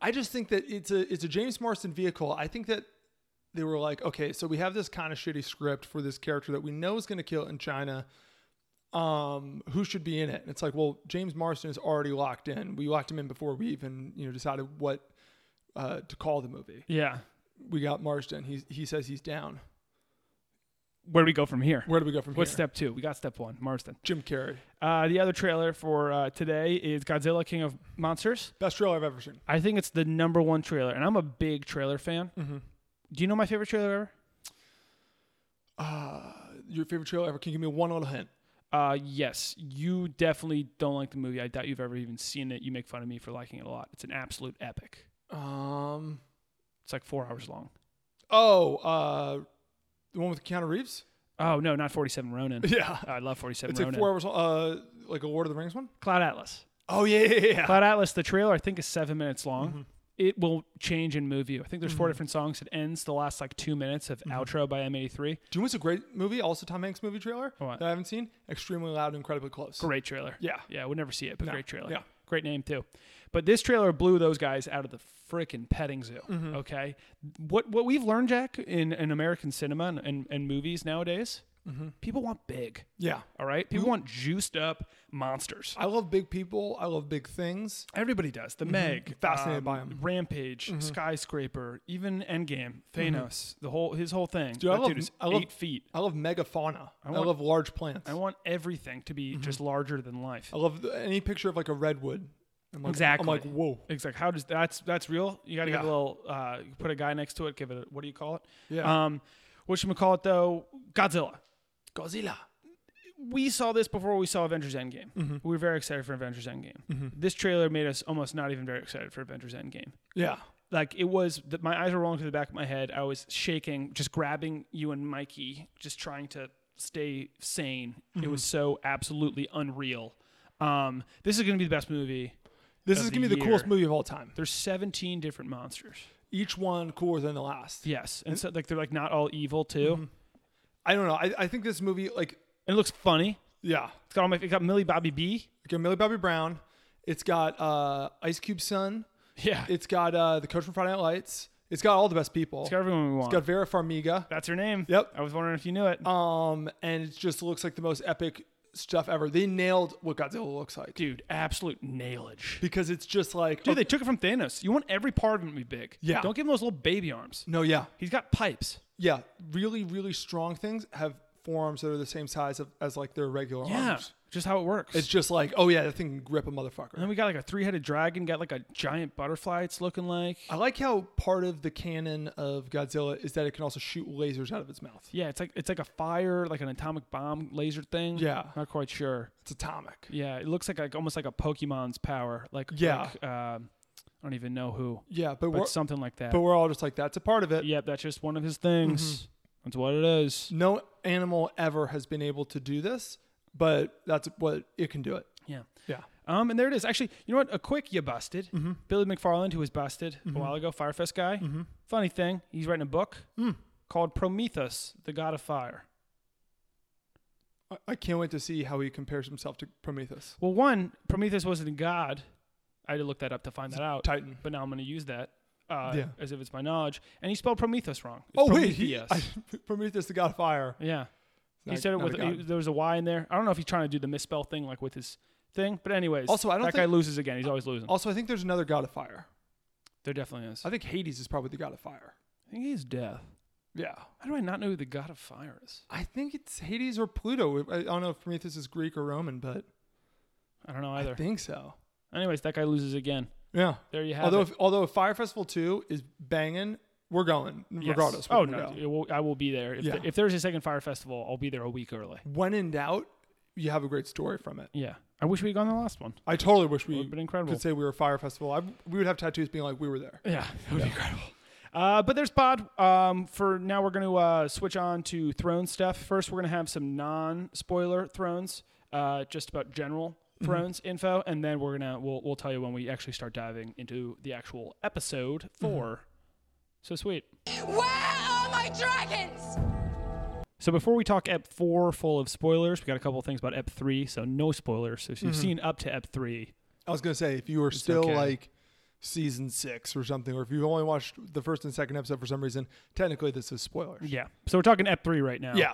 I just think that it's a it's a James Marsden vehicle. I think that they were like, okay, so we have this kind of shitty script for this character that we know is going to kill in China. Um, who should be in it? And it's like, well, James Marsden is already locked in. We locked him in before we even you know decided what uh, to call the movie.
Yeah.
We got Marsden. He he says he's down.
Where do we go from here?
Where do we go from
What's
here?
step two? We got step one, Marston.
Jim Carrey,
Uh, the other trailer for uh, today is Godzilla King of Monsters.
best trailer I've ever seen.
I think it's the number one trailer, and I'm a big trailer fan.
Mm-hmm.
Do you know my favorite trailer
Your favorite trailer ever? Can you give me one little hint?
ever? Uh, yes, you definitely don't like the movie. I doubt you've ever even seen it. You make fun of me for liking it a lot. It's an absolute epic.
Um.
It's like four hours long.
Oh, uh, the one with Keanu
[laughs]
Reeves.
Oh no, not 47 Ronin.
[laughs] Yeah,
I love 47
it's like
Ronin.
four hours. Uh, like a Lord of the Rings one.
Cloud Atlas.
Oh yeah, yeah, yeah, yeah.
Cloud Atlas, the trailer, I think is seven minutes long.
Mm-hmm.
It will change and move you. I think there's four different songs. It ends the last like two minutes of
Mm-hmm.
outro by M83.
Do you know what's a great movie? Also, Tom Hanks movie trailer
What?
that I haven't seen. Extremely loud and incredibly close.
Great trailer.
Yeah.
Yeah, we'll never see it, but great trailer.
yeah.
Great name too. But this trailer blew those guys out of the freaking petting zoo.
Mm-hmm.
Okay. What what we've learned, Jack, in, in American cinema and, and, and movies nowadays,
Mm-hmm.
People want big.
Yeah.
All right.
Mm-hmm.
People want juiced up monsters. Mm-hmm.
I love big people. I love big things.
Everybody does. The Meg,
Fascinated by 'em.
Rampage,
Mm-hmm.
Skyscraper, even Endgame, Thanos, the whole his whole thing.
I
that
love-
dude is
I love-
eight feet.
I love megafauna. I,
want-
love large plants. I,
I want everything to
Mm-hmm.
be just larger than life.
love the, any picture of like a redwood. I'm like,
Exactly.
I'm like, whoa.
Exactly. How does that's that's real? You got to get
Yeah.
a little. Uh, you put a guy next to it. Give it. A, what do you call it?
Yeah.
Um, what should we call it though? Godzilla.
Godzilla.
We saw this before we saw Avengers Endgame. We were very excited for Avengers Endgame. This trailer made us almost not even very excited for Avengers Endgame.
Yeah.
like it was that my eyes were rolling to the back of my head i was shaking just grabbing you and mikey just trying to stay sane it was so absolutely unreal um, this is going to be the best movie
This
Of
is
the
going to be the
year.
coolest movie of all time.
there's 17 different monsters
Each one cooler than the last.
yes and so like they're like not all evil too
I don't know. I, I think this movie, like,
and it looks funny
yeah.
it's got all my it got millie bobby b
It's got Millie Bobby Brown. It's got uh, Ice Cube Son.
yeah it's
It's got uh, the coach from Friday Night Lights. It's got all the best people.
got everyone we want
it's got Vera Farmiga.
that's her name
Yep.
i was wondering if you knew it
Um, and it just looks like the most epic stuff ever. They nailed what Godzilla looks like.
dude absolute nailage
Because it's just like,
dude they took it from thanos you want every part of him to be big
Yeah.
don't give him those little baby arms
no, yeah.
he's got pipes
Yeah. Really, really strong things have forearms that are the same size of, as like their regular
Yeah,
arms.
just how it works.
It's just like, oh yeah, that thing can grip a motherfucker.
and then we got like a three-headed dragon, got like a giant butterfly. It's looking like
I like how part of the canon of Godzilla is that it can also shoot lasers out of its mouth.
yeah, it's like it's like a fire, like an atomic bomb laser thing.
Yeah.
not quite sure.
It's atomic.
Yeah, it looks like like almost like a Pokemon's power. Like
Yeah.
like, um, I don't even know who,
Yeah, but,
but
we're
something like that.
but we're all just like that's a part of it.
Uh, yep, that's just one of his
Mm-hmm.
things. That's what it is.
No animal ever has been able to do this, but that's what it can do it.
Yeah.
Yeah.
Um, and there it is. Actually, you know what? A quick you busted.
Mm-hmm.
Billy McFarland, who was busted a while ago, Firefest guy. Funny thing, he's writing a book called Prometheus, the God of Fire.
I- I can't wait to see how he compares himself to Prometheus.
Well, one, Prometheus wasn't a god. I had to look that up to find that out.
Titan.
But now I'm going to use that uh,
Yeah.
as if it's my knowledge. And he spelled Prometheus wrong. It's
Oh wait,
Prometheus.
he, I, [laughs] Prometheus the God of Fire.
yeah. he
Not-
said it
not a
with
god.
he- there was a Y in there. I don't know if he's trying to do the misspell thing like with his thing, but anyways.
Also, I don't
that guy
think-
loses again. He's always losing.
Also, I think there's another God of Fire.
there definitely is.
I think Hades is probably the God of Fire.
I think he's death.
Yeah,
How do I not know who the god of fire is?
I think it's Hades or Pluto. I I don't know if Prometheus is Greek or Roman, but
I don't know
I
either.
think so.
Anyways, that guy loses again.
Yeah.
There you have
although,
it.
If, although if Fire Festival 2 is banging, we're going
Yes.
regardless. we're
Oh
gonna
no,
go.
it will, I will be there. If,
Yeah.
if there's a second fire festival, I'll be there a week early.
When in doubt, you have a great story from it.
Yeah, I wish we'd gone to the last one.
I totally wish we
would've been incredible.
could say we were Fire Festival. I, we would have tattoos being like, we were there.
Yeah, that would be incredible. Uh, but there's Pod. Um, for now, we're going to uh, switch on to Throne stuff. First, we're going to have some non-spoiler Thrones, uh, just about general Thrones info, and then we're gonna we'll we'll tell you when we actually start diving into the actual episode 4 So sweet.
Where are my dragons?
So before we talk Ep four full of spoilers, we got a couple of things about Ep three, so no spoilers. So if
Mm-hmm.
you've seen up to Ep three,
I was going to say, if you were still
okay.
like season six or something, or if you've only watched the first and second episode for some reason, technically this is spoilers.
yeah. So we're talking Ep three right now.
Yeah.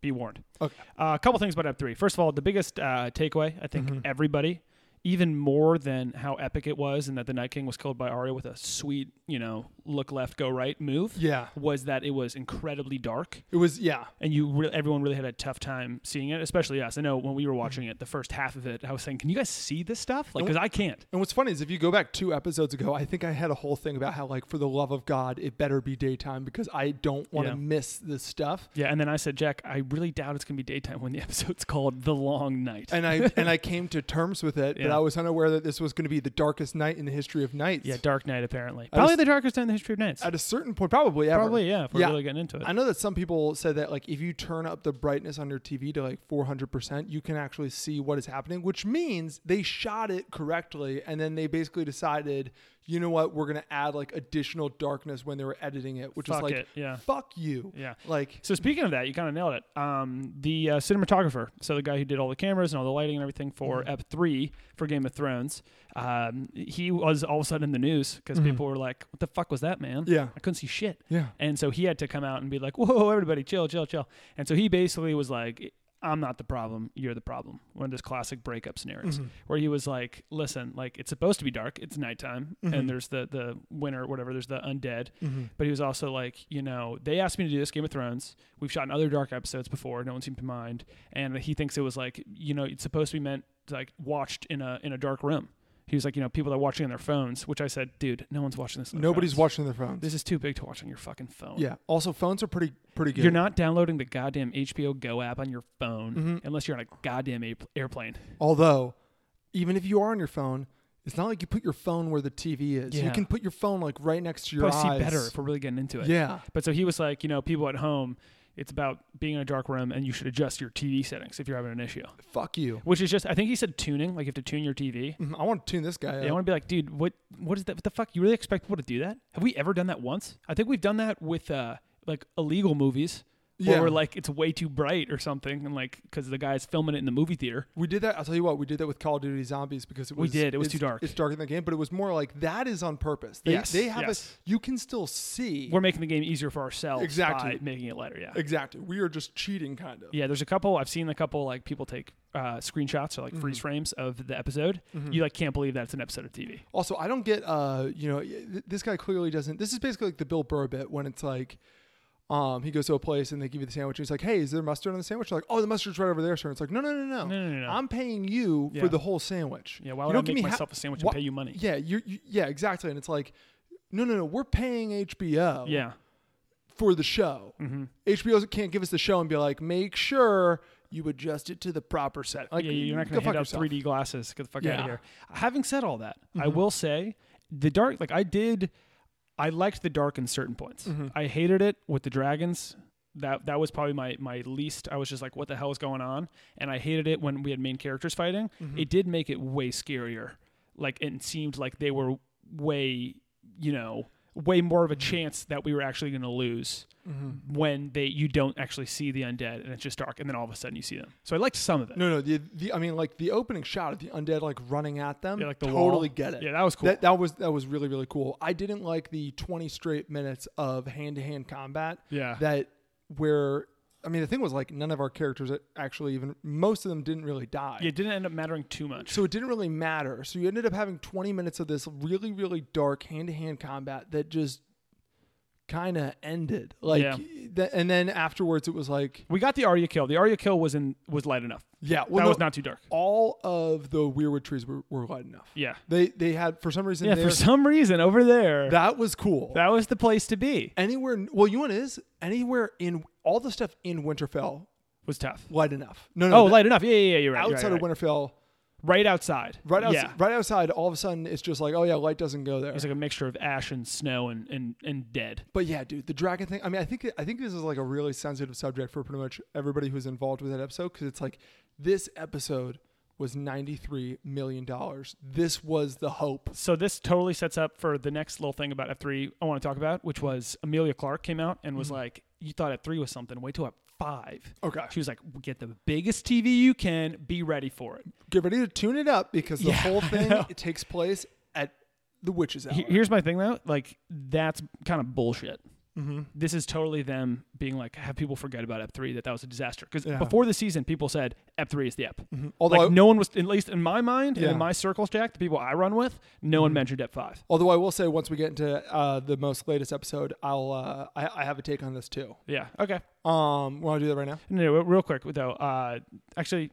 be warned.
Okay.
Uh, a couple things about Ep three. First of all, the biggest uh, takeaway I think
Mm-hmm.
everybody, even more than how epic it was, and that the Night King was killed by Arya with a sweet, you know, look left, go right move.
Yeah.
was that it was incredibly dark.
It was, yeah.
and you re- everyone really had a tough time seeing it, especially us. I know when we
Mm-hmm.
were watching it, the first half of it, I was saying, "Can you guys see this stuff?" Like, because I can't.
And what's funny is if you go back two episodes ago, I think I had a whole thing about how, like, for the love of God, it better be daytime because I don't want to
Yeah.
miss this stuff.
Yeah, and then I said, "Jack, I really doubt it's gonna be daytime when the [laughs] episode's called The Long Night."
And I and I
[laughs]
came to terms with it, but
Yeah.
I was unaware that this was going to be the darkest night in the history of nights.
yeah, Dark Night apparently probably
just-
the darkest night in the history of nights.
at a certain point, probably ever.
Probably, yeah, if we're really getting into it.
I know that some people said that like if you turn up the brightness on your TV to like 400%, you can actually see what is happening, which means they shot it correctly and then they basically decided, you know what, we're going to add like additional darkness when they were editing it, which
Fuck
is like
it, yeah.
fuck you.
Yeah.
Like
so speaking of that, you kind of nailed
Mm-hmm.
it. Um, the uh, cinematographer, so the guy who did all the cameras and all the lighting and everything for Ep three, for Game of Thrones. Um, he was all of a sudden in the news because people were like, "What the fuck was that, man?
Mm-hmm. Yeah.
I couldn't see shit."
Yeah.
and so he had to come out and be like, "Whoa, everybody, chill, chill, chill." And so he basically was like. I'm not the problem. You're the problem. One of those classic breakup scenarios
Mm-hmm.
where he was like, "Listen, like it's supposed to be dark. It's nighttime,
Mm-hmm.
and there's the the winter, whatever. There's the undead." But he was also like, "You know, they asked me to do this Game of Thrones. We've shot in other dark episodes before. No one seemed to mind." And he thinks it was like, you know, it's supposed to be meant like watched in a in a dark room. He was like, you know, people are watching on their phones, which I said, dude, no one's watching this. On their
Nobody's
phones.
watching their phones.
This is too big to watch on your fucking phone.
yeah. Also, phones are pretty pretty good.
You're not downloading the goddamn HBO Go app on your phone
Mm-hmm.
unless you're on a goddamn a- airplane.
Although, even if you are on your phone, it's not like you put your phone where the TV is.
Yeah.
You can put your phone like right next to your
You'll
eyes.
see better if we're really getting into it.
Yeah.
But so he was like, you know, people at home, it's about being in a dark room and you should adjust your TV settings if you're having an issue.
Fuck you.
Which is just, I think he said tuning, like you have to tune your TV.
Mhm, I want to tune this guy.
Yeah, I
up.
want to be like, dude, what what is that? What the fuck? You really expect people to do that? Have we ever done that once? I think we've done that with uh like illegal movies. Where
Yeah.
we're like it's way too bright or something, and like because the guy's filming it in the movie theater.
We did that. I'll tell you what. We did that with Call of Duty Zombies because it was
did, it was
it's-
too dark.
It's dark in the game, but it was more like that is on purpose. They,
Yes,
They have
yes.
a. You can still see.
We're making the game easier for ourselves
Exactly.
by making it lighter. Yeah,
exactly. We are just cheating, kind of.
yeah. There's a couple I've seen a couple like people take uh, screenshots or like freeze frames of the episode. You like can't believe that's an episode of TV.
Also, I don't get. Uh, you know, th- this guy clearly doesn't. This is basically like the Bill Burr bit when it's like. Um, he goes to a place and they give you the sandwich. And he's like, "Hey, is there mustard on the sandwich?" You're like, "Oh, the mustard's right over there, sir." It's like, "No, no, no, no,
No, no, no, no.
I'm paying you
Yeah.
for the whole sandwich.
Yeah, why
You
would I
don't give
make
me ha-
myself a sandwich and
why-
pay you money?
Yeah, you're, you, yeah, exactly. And it's like, no, no, no, we're paying HBO.
Yeah, Mm-hmm.
for the show. HBO can't give us the show and be like, make sure you adjust it to the proper set. Like,
yeah, you're not
go
going to
fuck
hand out
yourself.
3D glasses. Get the fuck out
Yeah. Mm-hmm.
of here. Having said all that, I will say the dark. Like I did, I liked the dark in certain points.
Mm-hmm.
I hated it with the dragons. That that was probably my my least. I was just like, what the hell is going on? And I hated it when we had main characters fighting.
Mm-hmm.
It did make it way scarier. Like it seemed like they were way, you know, way more
Mm-hmm.
of a chance that we were actually going to lose. When they you don't actually see the undead and it's just dark and then all of a sudden you see them. So I liked some of it.
No, no. The, the I mean, like the opening shot of the undead like running at them.
Yeah, like the
totally
wall.
get it.
Yeah, that was cool.
That, that was that was really really cool. I didn't like the twenty straight minutes of hand to hand combat.
Yeah.
That where I mean the thing was like none of our characters actually even most of them didn't really die.
Yeah, it didn't end up mattering too much.
So it didn't really matter. So you ended up having 20 minutes of this really, really dark hand to hand combat that just kind of ended. Like,
Yeah.
th- and then afterwards it was like,
we got the Arya kill. The Arya kill was in was light enough.
yeah,
that
well,
was
no,
not too dark.
All of the weirwood trees were, were light enough.
Yeah.
They they had for some reason.
Yeah,
there-
for some reason over
[laughs]
there, that,
that was cool.
was the place to be.
anywhere, well, you know what it is anywhere in all the stuff in Winterfell
Was tough.
light enough. No, no,
Oh,
that-
light enough. Yeah, yeah, yeah. You're right. you're
outside
right,
of
you're right.
Winterfell,
right outside.
right outside,
Yeah.
right outside. All of a sudden, it's just like, oh yeah, light doesn't go there.
It's like a mixture of ash and snow and and and dead.
But yeah, dude, the dragon thing. I mean, I think I think this is like a really sensitive subject for pretty much everybody who's involved with that episode because it's like this episode was ninety three million dollars. This was the hope.
So this totally sets up for the next little thing about F3 I want to talk about, which was Amelia Clark came out and was like, "You thought F3 was something? Wait till at five.
Okay.
She was like, "Get the biggest TV you can. Be ready for it."
Get ready to tune it up because the
Yeah,
whole
[laughs] I
thing
know.
it takes place at the witch's hour.
He- Here's my thing though, like that's kind of bullshit.
Mm-hmm.
This is totally them being like, have people forget about Ep three that that was a disaster because before the season, people said Ep three is the Ep.
Although
like
I-
no one was, at least in my mind and
Mm-hmm. Yeah. Mm-hmm.
in my circles, Jack, the people I run with, no one mentioned Ep five.
Although I will say, once we get into uh, the most latest episode, I'll uh, I, I have a take on this too.
Yeah. Okay.
Um, want to do that right now?
No, real quick though. Uh, actually,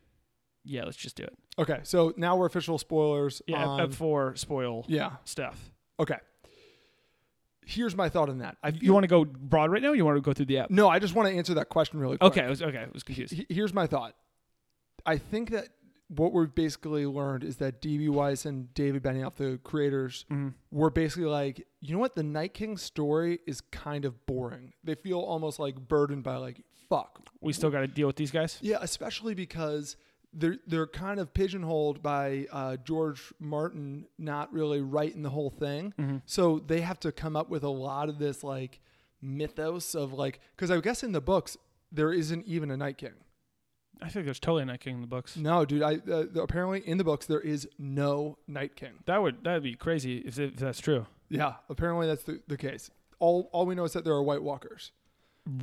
yeah, let's just do it.
Okay, so now we're official spoilers.
Yeah.
on-
Ep four spoil
Um, yeah.
stuff.
Okay. Here's my thought on that. I
You want to go broad right now? Or you want to go through the app?
No, I just want to answer that question really quick.
Okay. I was, okay. I was confused.
He- Here's my thought. I think that what we've basically learned is that DB Weiss and David Benioff, the creators, were basically like, you know what? The Night King story is kind of boring. They feel almost like burdened by like, fuck.
We still got to deal with these guys.
Yeah, especially because they're they're kind of pigeonholed by uh, George Martin not really writing the whole thing. So they have to come up with a lot of this like mythos of like because I guess in the books there isn't even a Night King.
I think there's totally a Night King in the books.
No, dude. I uh, apparently in the books there is no Night King.
That would that'd be crazy if, if that's true.
Yeah, apparently that's the, the case. All all we know is that there are White Walkers.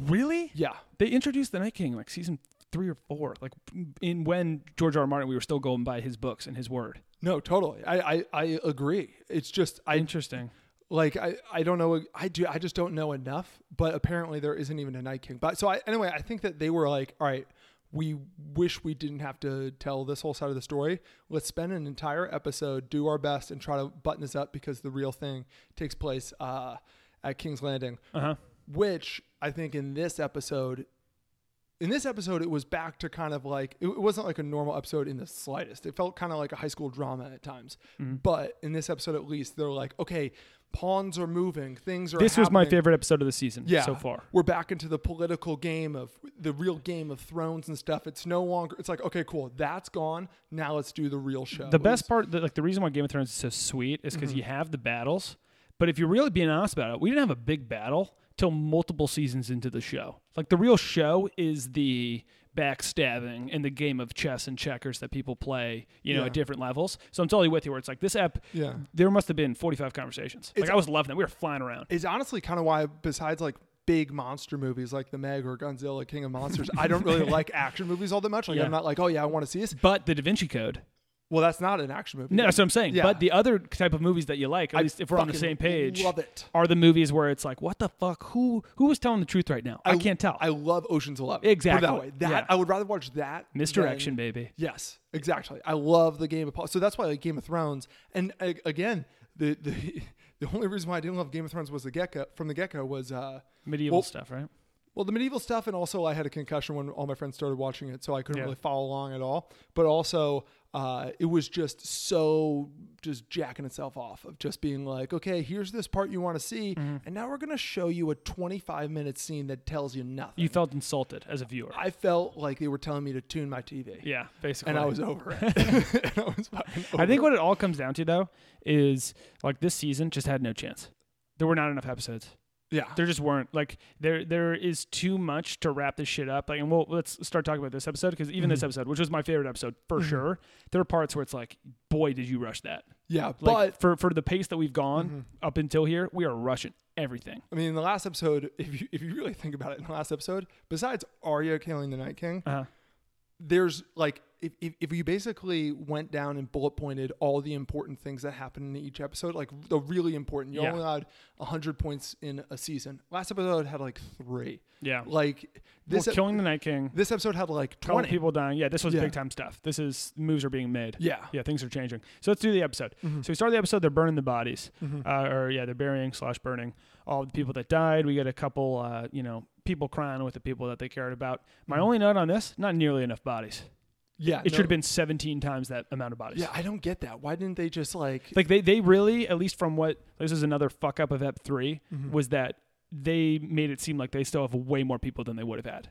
Really?
Yeah,
They introduced the Night King like season three or four, like in when George R. R. Martin we were still going by his books and his word.
no, totally. I I, I agree. It's just I
Interesting.
like I I don't know. I do. I just don't know enough. But apparently there isn't even a Night King. But so I anyway, I think that they were like, all right. We wish we didn't have to tell this whole side of the story. Let's spend an entire episode, do our best, and try to button this up because the real thing takes place uh, at King's Landing.
Uh-huh.
which I think in this episode, in this episode, it was back to kind of like it it wasn't like a normal episode in the slightest. It felt kind of like a high school drama at times.
Mm-hmm.
But in this episode, at least, they're like, okay, pawns are moving, things are.
This was my
happening.
favorite episode of the season
Yeah,
so far.
we're back into the political game of the real Game of Thrones and stuff. It's no longer. It's like okay, cool, that's gone. Now let's do the real show.
The best part, the, like the reason why Game of Thrones is so sweet, is because
Mm-hmm.
you have the battles. But if you're really being honest about it, we didn't have a big battle till multiple seasons into the show. Like the real show is the backstabbing and the game of chess and checkers that people play, you know,
Yeah.
at different levels. So I'm totally with you. Where it's like this app,
Yeah.
there must have been 45 conversations. like I was loving it. We were flying around.
is honestly kind of why, besides like big monster movies like The Meg or Godzilla, King of Monsters, I don't
[laughs]
really like action movies all that much. Like
Yeah.
I'm not like, oh yeah, I want to see this.
But the Da Vinci Code.
Well, that's not an action movie.
No, that's what I'm saying.
Yeah.
But the other type of movies that you like, at
I
least if we're on the
fucking
same page,
love it.
are the movies where it's like, what the fuck? Who who is telling the truth right now? I, can't tell.
I love Ocean's Eleven. Put it
Exactly.
that way. That
Yeah.
I would rather watch that. than-
Misdirection, baby.
Yes, exactly. I love the Game of Po- so that's why I like Game of Thrones. And a- again, the the [laughs] the only reason why I didn't love Game of Thrones was the get go from the get go was uh
Medieval
well,
stuff, right?
Well, the medieval stuff, and also I had a concussion when all my friends started watching it, so I couldn't
Yeah.
really follow along at all. But also, uh, it was just so just jacking itself off of just being like, okay, here's this part you want to see,
Mm-hmm.
and now we're gonna show you a 25 minute scene that tells you nothing.
You felt insulted as a viewer.
I felt like they were telling me to tune my TV.
yeah, basically.
And I was over it.
[laughs]
[laughs] And I was fucking
I
over
think what it all comes down to though is like this season just had no chance. There were not enough episodes.
it. yeah,
There just weren't. Like there there is too much to wrap this shit up. Like and we'll let's start talking about this episode because even
Mm-hmm.
this episode, which was my favorite episode for sure, there are parts where it's like, boy, did you rush that.
yeah.
Like
but Mm-hmm.
for for the pace that we've gone up until here, we are rushing everything.
I mean, in the last episode, if you if you really think about it, in the last episode, besides Arya killing the Night King,
Uh-huh.
there's like if, if if you basically went down and bullet pointed all the important things that happened in each episode, like the really important, you're
Yeah.
only allowed hundred points in a season. Last episode had like three.
Yeah.
Like
We're
this ep-
killing the Night King.
This episode had like
Couple
twenty.
people dying. Yeah, this was
Yeah.
big time stuff. This is moves are being made.
Yeah. Mm-hmm.
yeah, things are changing. So let's do the episode. So we start the episode. They're burning the bodies, uh, or yeah, they're burying slash burning all the people that died. We get a couple, uh, you know, people crying with the people that they cared about. My
Mm-hmm.
only note on this: not nearly enough bodies.
Yeah,
It
no-
should have been 17 times that amount of bodies.
Yeah, I don't get that. Why didn't they just like?
Like they, they really, at least from what this is another fuck up of Ep 3
Mm-hmm.
was that they made it seem like they still have way more people than they would have had.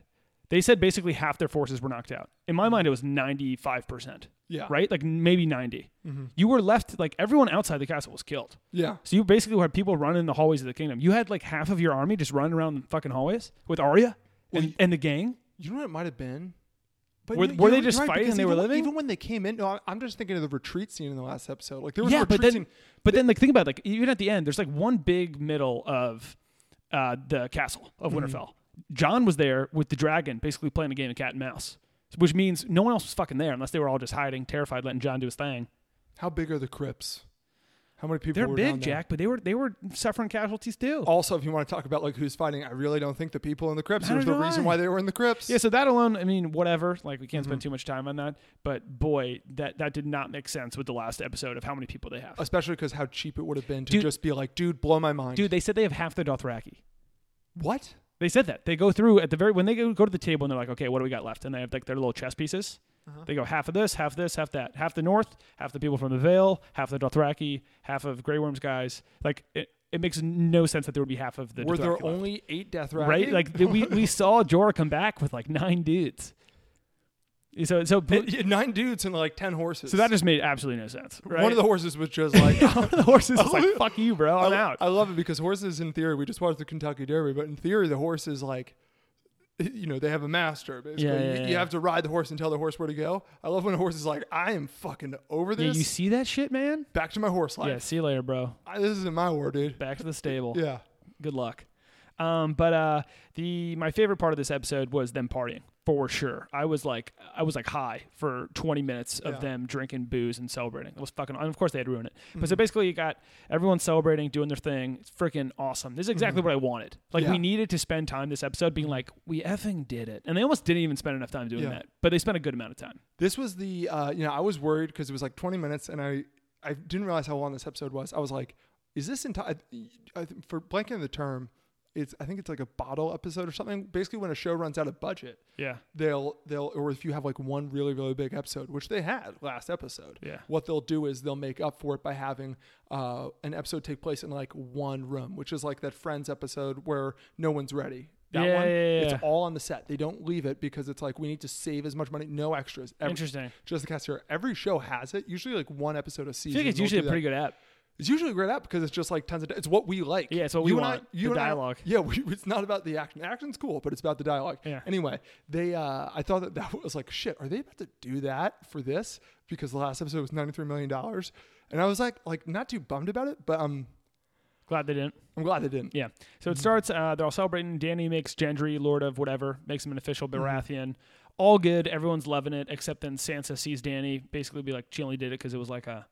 They said basically half their forces were knocked out. In my mind, it was 95%.
Mm-hmm. Yeah. Mm-hmm.
Right? Like maybe 90. You were left, like everyone outside the castle was killed.
yeah,
So you basically had people running in the hallways of the kingdom. You had like half of your army just running around the fucking hallways with Arya and, and the gang.
you know what it might have been. But
Were-
you-
were
you're-
they
you're
just
right,
fighting
because
and they were
even-
living?
Even when they came in, no, I- I'm just thinking of the retreat scene in the last episode. Like there was a
yeah,
retreat
but then,
scene.
but then, like, think about it, like even at the end, there's like one big middle of uh, the castle of Winterfell. John was there with the dragon, basically playing a game of cat and mouse, which means no one else was fucking there unless they were all just hiding, terrified, letting John do his thing.
How big are the crypts? How many people?
They're
were down
big,
there?
Jack, but they were they were suffering casualties too.
Also, if you want to talk about like who's fighting, I really don't think the people in the crypts
Neither
was the
do
reason
I.
why they were in the crypts.
yeah, so that alone, I mean, whatever. Like, we can't spend too much time on that. But boy, that that did not make sense with the last episode of how many people they have.
especially because how cheap it would have been to
Dude-
just be like, dude, blow my mind.
Dude, they said they have half the Dothraki.
what?
They said that they go through at the very when they go, go to the table and they're like, okay, what do we got left? And they have like their little chess pieces.
Uh-huh.
They go half of this, half this, half that, half the North, half the people from the Vale, half the Dothraki, half of Grey Worm's guys. Like it, it makes no sense that there would be half of the.
Were
Dothraki
there
left.
only eight death
right? Like the, we we saw Jorah come back with like nine dudes. So so
[laughs] nine dudes and like ten horses.
so that just made absolutely no sense. Right?
one of the horses was just like.
[laughs] One of the horses
[laughs]
is like fuck you, bro. I'm
I,
out.
I love it because horses in theory we just watched the Kentucky Derby, but in theory the horse is like you know, they have a master. Basically,
Yeah, yeah,
you, you
yeah.
have to ride the horse and tell the horse where to go. I love when a horse is like, "I am fucking over
Yeah,
this."
you see that shit, man?
Back to my horse life.
Yeah, see you later, bro.
I, this isn't my war, dude.
Back to the stable.
[laughs] Yeah.
Good luck. Um, but uh, the my favorite part of this episode was them partying for sure. I was like I was like high for 20 minutes of
Yeah.
them drinking booze and celebrating. It was fucking. And of course they had to ruin it. But
Mm-hmm.
so basically you got everyone celebrating, doing their thing. It's freaking awesome. This is exactly what I wanted.
Mm-hmm.
Like
Yeah. Mm-hmm.
we needed to spend time this episode being like we effing did it, and they almost didn't even spend enough time doing
Yeah.
that. But they spent a good amount of time.
This was the uh, you know I was worried because it was like 20 minutes and I I didn't realize how long this episode was. I was like, is this entire I th- for blanking the term? It's I think it's like a bottle episode or something. Basically, when a show runs out of budget,
Yeah.
they'll they'll or if you have like one really really big episode, which they had last episode.
Yeah.
What they'll do is they'll make up for it by having uh, an episode take place in like one room, which is like that Friends episode where no one's ready. That
Yeah,
one,
yeah, yeah.
it's all on the set. They don't leave it because it's like we need to save as much money, no extras. Every-
Interesting.
Just the cast here. Every show has it. Usually, like one episode a
I
season.
feel like it's
they'll
usually a
do that.
pretty good app.
It's usually a great app because it's just like tons of. It's what we like.
Yeah, it's what we
You and
want, the
and
dialogue.
yeah, [laughs] we, it's not about the action. Action's cool, but it's about the dialogue.
Yeah.
Anyway, they. Uh, I thought that [laughs] that was like shit. Are they about to do that for this? Because the last episode was ninety three million dollars, and I was like, like not too bummed about it, but um,
Glad they didn't.
I'm glad they didn't.
Yeah. So it starts, uh, they're all celebrating. Danny makes Gendry Lord of whatever, makes him an official Baratheon. All good. Everyone's loving it, except then Sansa sees Danny basically be like, she only did it because it was like a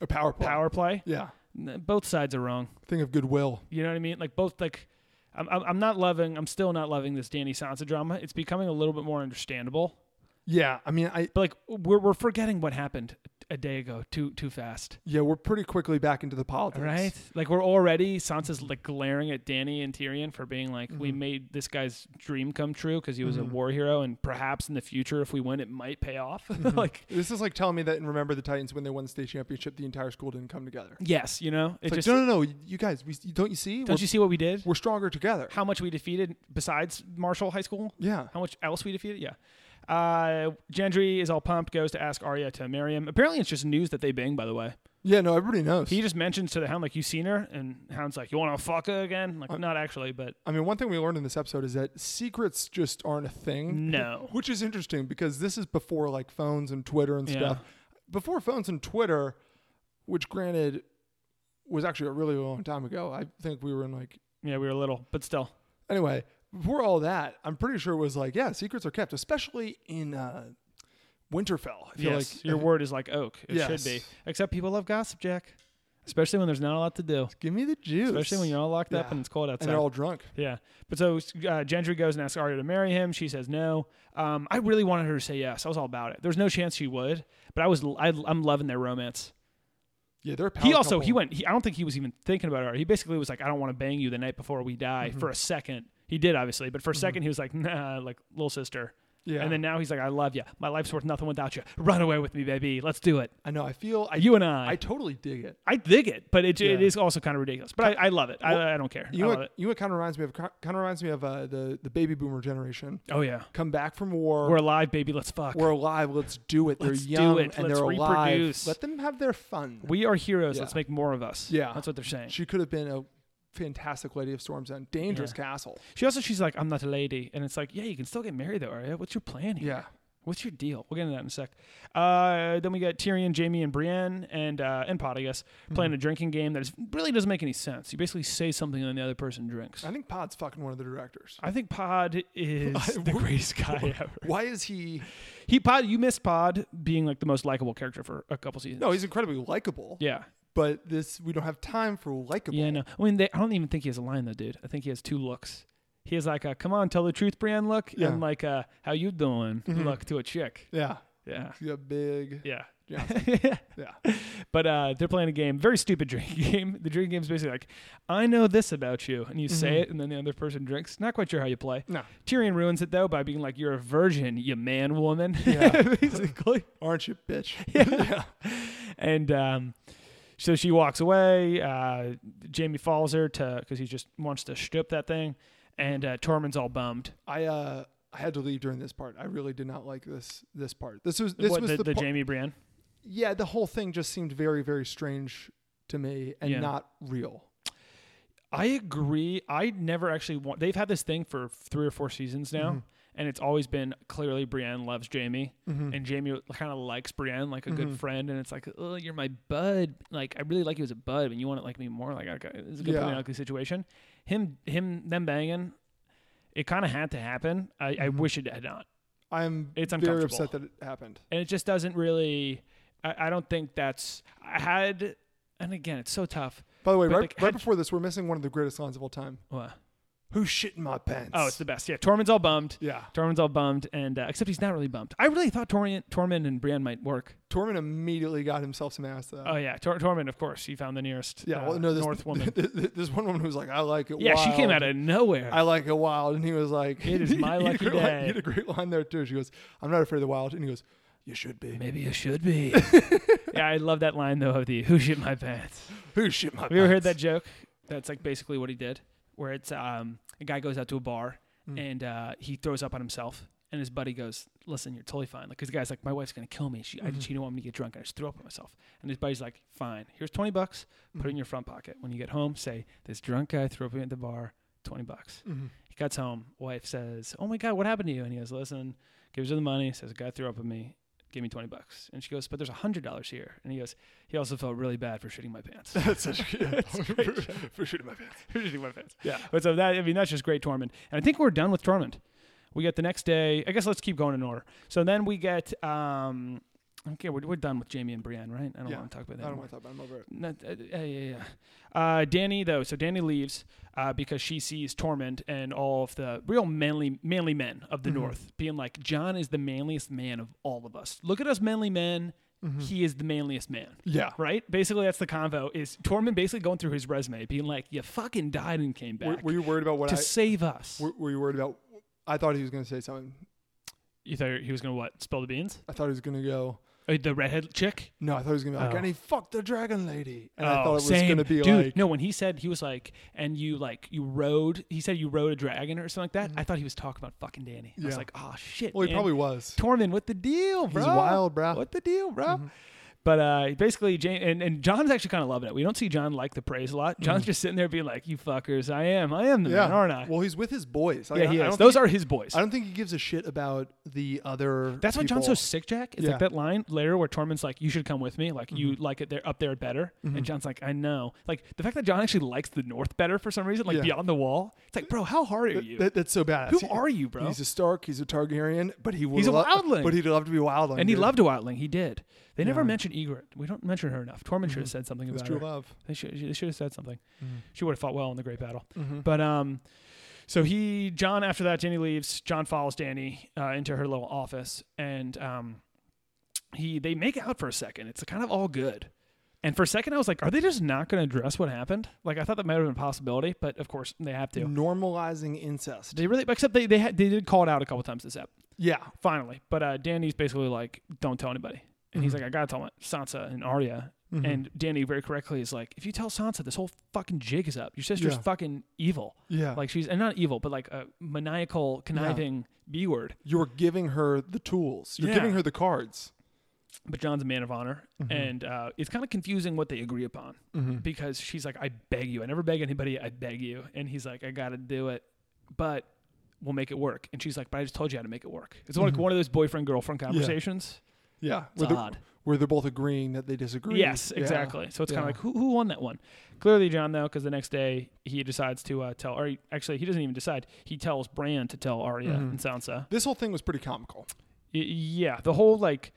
A power play.
power play.
Yeah.
N- Both sides are wrong.
Thing of goodwill.
You know what I mean? Like, both, like, I'm, I'm I'm not loving, I'm still not loving this Danny Sansa drama. It's becoming a little bit more understandable.
Yeah. I mean, I
But like, we're, we're forgetting what happened a day ago too too fast.
yeah, we're pretty quickly back into the politics.
Right? Like we're already Sansa's like glaring at Danny and Tyrion for being like,
Mm-hmm.
we made this guy's dream come true because he was a war hero, and perhaps in the future, if we win, it might pay off. [laughs]
Mm-hmm.
like,
This is like telling me that in Remember the Titans when they won the state championship, the entire school didn't come together.
yes, you know, it
It's like,
just
no, no, no, you guys, we, don't you see?
don't
We're-
you see what we did?
We're stronger together.
How much we defeated besides Marshall High School?
Yeah.
How much else we defeated? Yeah. Uh, Gendry is all pumped, goes to ask Arya to marry him. Apparently, it's just news that they bang. By the way,
Yeah, no, everybody knows.
he just mentions to the Hound like, "You seen her?" And Hound's like, "You want to fuck her again?"
Uh,
Like, not actually, but
I mean, one thing we learned in this episode is that secrets just aren't a thing.
No.
Which is interesting because this is before like phones and Twitter and stuff. Before phones and Twitter, which granted was actually a really long time ago. I think we were in like
yeah, we were little, but still.
anyway, before all that, I'm pretty sure it was like, yeah, secrets are kept, especially in uh Winterfell. I feel
Yes,
like
your word is like oak. It should be.
Yes.
Except people love gossip, Jack. Especially when there's not a lot to do.
give me the juice.
Especially when you're all locked up
Yeah.
and it's cold
and
outside.
they're all drunk.
yeah. But so uh, Gendry goes and asks Arya to marry him. She says no. Um, I really wanted her to say yes. I was all about it. There's no chance she would. But I was I, I'm loving their romance.
Yeah, they're a power
He also he
couple.
went. He, I don't think he was even thinking about her. He basically was like, I don't want to bang you the night before we die. For a second, he did obviously, but for a second he was like, Nah, like little sister.
Yeah.
And then now he's like, I love you. My life's worth nothing without you. Run away with me, baby. Let's do it. Uh,
I know, I feel I
You and I.
I totally dig it.
I dig it, but it, it
Yeah.
is also kind of ridiculous. But I, I love it. I, I don't care.
You
I
know,
love
what,
it.
you know what kind of reminds me of kind of reminds me of uh, the the baby boomer generation.
Oh yeah,
Come back from war.
we're alive, baby. Let's fuck.
We're
We're,
alive. Let's do it.
Let's do
they're young
it.
and
Let's
they're alive.
reproduce.
Let them have their fun.
heroes.
Yeah.
Let's make more of us.
yeah,
that's what they're saying. She,
She could have been a fantastic lady of Storm's End, dangerous
Yeah.
castle.
also she's like, I'm not a lady, and it's like, yeah, you can still get married though, Arya. What's your plan here?
Yeah,
What's your deal? We'll get into that in a sec. Uh, then we got Tyrion, Jamie, and Brienne, and uh, and Pod, I guess,
Mm-hmm.
playing a drinking game that is, really doesn't make any sense. You basically say something and then the other person drinks.
I think Pod's fucking one of the directors.
I think Pod
[laughs]
is the greatest [laughs] guy ever.
Why is he?
He Pod, you missed Pod being like the most likable character for a couple seasons.
No, he's incredibly likable.
Yeah.
but this we don't have time for likable.
Yeah, I know. I mean, they, I don't even think he has a line though, dude. I think he has two looks. He has like a "Come on, tell the truth, Brienne" look,
Yeah. Mm-hmm.
and like a "How you doing?" look to a chick.
yeah,
Yeah,
he's a big.
[laughs] yeah,
Yeah.
But uh, they're playing a game, very stupid [laughs] drinking game. The drinking game is basically like, "I know this about you," and you say it, and then the other person drinks. Not quite sure how you play.
Mm-hmm. No.
Tyrion ruins it though by being like, "You're a virgin, you man woman."
Yeah.
[laughs] basically.
Aren't you, bitch?
and um, so she walks away. Uh, Jamie follows her to because he just wants to strip that thing, and uh, Tormund's all bummed.
I uh I had to leave during this part. I really did not like this this part. This was this
what
was
the,
the,
the,
part-
Jamie Brienne?
Yeah, the whole thing just seemed very very strange to me and
Yeah.
not real.
I agree. I never actually want. They've had this thing for three or four seasons
Mm-hmm.
now, and it's always been clearly Brienne loves Jamie,
Mm-hmm.
and Jamie kind of likes Brienne like a good friend, and it's like, oh, you're my bud. Like I really like you as a bud, but you want to like me more. Like okay, it's a good
Yeah.
yeah. ugly situation. Him, him, them banging. It kind of had to happen. I,
Mm-hmm.
I wish it had not,
I'm
It's
very
uncomfortable.
upset that it happened.
and it just doesn't really. I, I don't think that's. I had, and again, it's so tough.
By the way,
But,
right,
like,
right
had-
before this, we're missing one of the greatest lines of all time.
What?
Who shit in my pants?
Oh, it's the best. Yeah, Tormund's all bummed.
Yeah.
Tormund's all bummed, and uh, except he's not really bummed. I really thought Tormund, Tormund and Brienne might work.
Tormund immediately got himself some ass. Though.
Oh yeah, Tor- Tormund, of course, he found the nearest.
yeah,
uh,
well, no, this, [laughs]
North woman.
There's one woman who's like, I like it.
yeah, she came
wild.
out of nowhere.
I like it wild, and he was like,
It
[laughs]
is my
he had a
lucky
great line-
day.
he had a great line there too. She goes, "I'm not afraid of the wild," and he goes, "You should be."
Maybe you
[laughs]
should be. yeah, I love that line though of the "Who shit my pants."
Who shit my?
Have you ever heard that joke? That's like basically what he did, where it's um, a guy goes out to a bar and uh, he throws up on himself, and his buddy goes, "Listen, you're totally fine." Like, cause the guy's like, "My wife's gonna kill me. She, I, she didn't want me to get drunk, and I just threw up on myself." And his buddy's like, "Fine. Here's twenty bucks. Put it in your front pocket. When you get home, say this drunk guy threw up at the bar. Twenty bucks." He gets home. Wife says, "Oh my god, what happened to you?" And he goes, "Listen." Gives her the money. Says, "A guy threw up at me." Give me twenty bucks, and she goes. But there's a hundred dollars here, and he goes. He also felt really bad for shitting my
[laughs]
pants.
That's such
[laughs]
yeah, for, [laughs] for shitting my pants.
Yeah. But so that I mean that's just great Tormund. And I think we're done with Tormund. We get the next day. I guess let's keep going in order. So then we get um okay, we're, we're done with Jamie and Brienne, right? I don't
Yeah.
want to talk about
I
that.
don't
anymore.
want to talk about. It. I'm over it.
Not, uh, yeah, yeah, yeah. Uh, Danny though, so Danny leaves uh, because she sees Tormund and all of the real manly manly men of the
Mm-hmm.
North being like, John is the manliest man of all of us. Look at us manly men.
Mm-hmm.
He is the manliest man.
Yeah.
Right? Basically, that's the convo. Is Tormund basically going through his resume, being like, "You fucking died and came
Were,
back
were you worried about what
to
I?
save us."
Were, were you worried about? I thought he was going to say something.
you thought he was gonna what? Spill the beans?
I thought he was going to go.
Uh, the redhead chick?
No, I thought he was going to be like,
Oh.
and he fucked the dragon lady, and I
Oh,
thought it was
same.
going to be
Dude,
like,
no. When he said he was like, and you like you rode, he said you rode a dragon or something like that. I thought he was talking about fucking Danny. I was
Mm-hmm. Yeah.
like, oh shit.
Well, he
man.
probably was.
Tormund, what the deal, bro?
wild, bro. Mm-hmm.
What the deal, bro? But uh, basically, Jane and, and John's actually kind of loving it. We don't see John like the praise a lot. John's just sitting there being like, "You fuckers, I am, I am the
Mm-hmm. Yeah,
man, aren't I?"
Well, he's with his boys. Like,
yeah, he
I, I
is.
don't
Those
think-
are his boys.
I don't think he gives a shit about the other.
That's why John's so
people.
sick, Jack. It's
Yeah. Mm-hmm.
like that line later where Tormund's like, "You should come with me. Like you like it there up there better." And John's like, "I know." Like the fact that John actually likes the North better for some reason, like
Yeah.
beyond the Wall. It's like, bro, how hard are you?
That, that's so bad.
Who are you, bro?
He's a Stark. He's a Targaryen, but he would
He's a
lo-
wildling.
But he'd love to be a wildling.
and he
dude.
loved Wildling. He did. They never mentioned Egret. We don't mention her enough. Tormund should have said something
his
about
Mm-hmm. true
her.
love.
They should, they should have said something. She would have fought well in the great battle. But um, so he John after that Danny leaves. John follows Danny uh, into her little office, and um, he they make out for a second. It's kind of all good. And for a second, I was like, "Are they just not going to address what happened?" Like I thought that might have been a possibility, but of course they have to.
Normalizing incest.
They really, except they they had, they did call it out a couple times this ep
Yeah.
finally. But uh, Danny's basically like, don't tell anybody. And he's
Mm-hmm.
like, I gotta tell my Sansa and Arya. And Danny very correctly is like, if you tell Sansa, this whole fucking jig is up. Your sister's
Yeah.
fucking evil.
Yeah.
Like she's and not evil, but like a maniacal, conniving B word.
You're giving her the tools. You're
Yeah.
giving her the cards.
But John's a man of honor,
Mm-hmm.
and uh, it's kind of confusing what they agree upon because she's like, I beg you, I never beg anybody, I beg you, and he's like, I gotta do it, but we'll make it work. And she's like, But I just told you how to make it work. It's like
Mm-hmm.
one of those boyfriend girlfriend conversations.
Yeah.
It's
where, they're,
odd.
where they're both agreeing that they disagree.
Yes,
Yeah.
exactly. So it's kind
Yeah.
of like who, who won that one? Clearly John though, because the next day he decides to uh, tell, or he, actually he doesn't even decide. He tells Bran to tell Arya
Mm-hmm.
and Sansa.
This whole thing was pretty comical.
Y- yeah, the whole like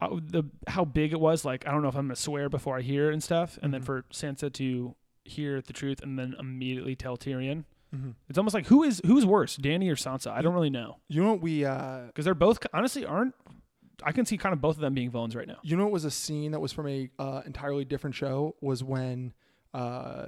uh, the how big it was. Like I don't know if I'm gonna swear before I hear it and stuff. And then
Mm-hmm.
for Sansa to hear the truth and then immediately tell Tyrion.
Mm-hmm.
It's almost like who is who's worse, Danny or Sansa? I don't really know
You know what we? Uh,
because they're both honestly aren't. I can see kind of both of them being villains right now.
you know what was a scene that was from a uh, entirely different show was when uh,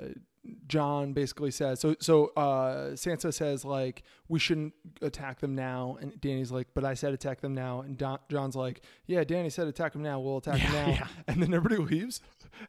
John basically says so so uh, Sansa says like we shouldn't attack them now and Danny's like but I said attack them now and Don- John's like yeah Danny said attack them now we'll attack them now
yeah.
and then everybody [laughs] leaves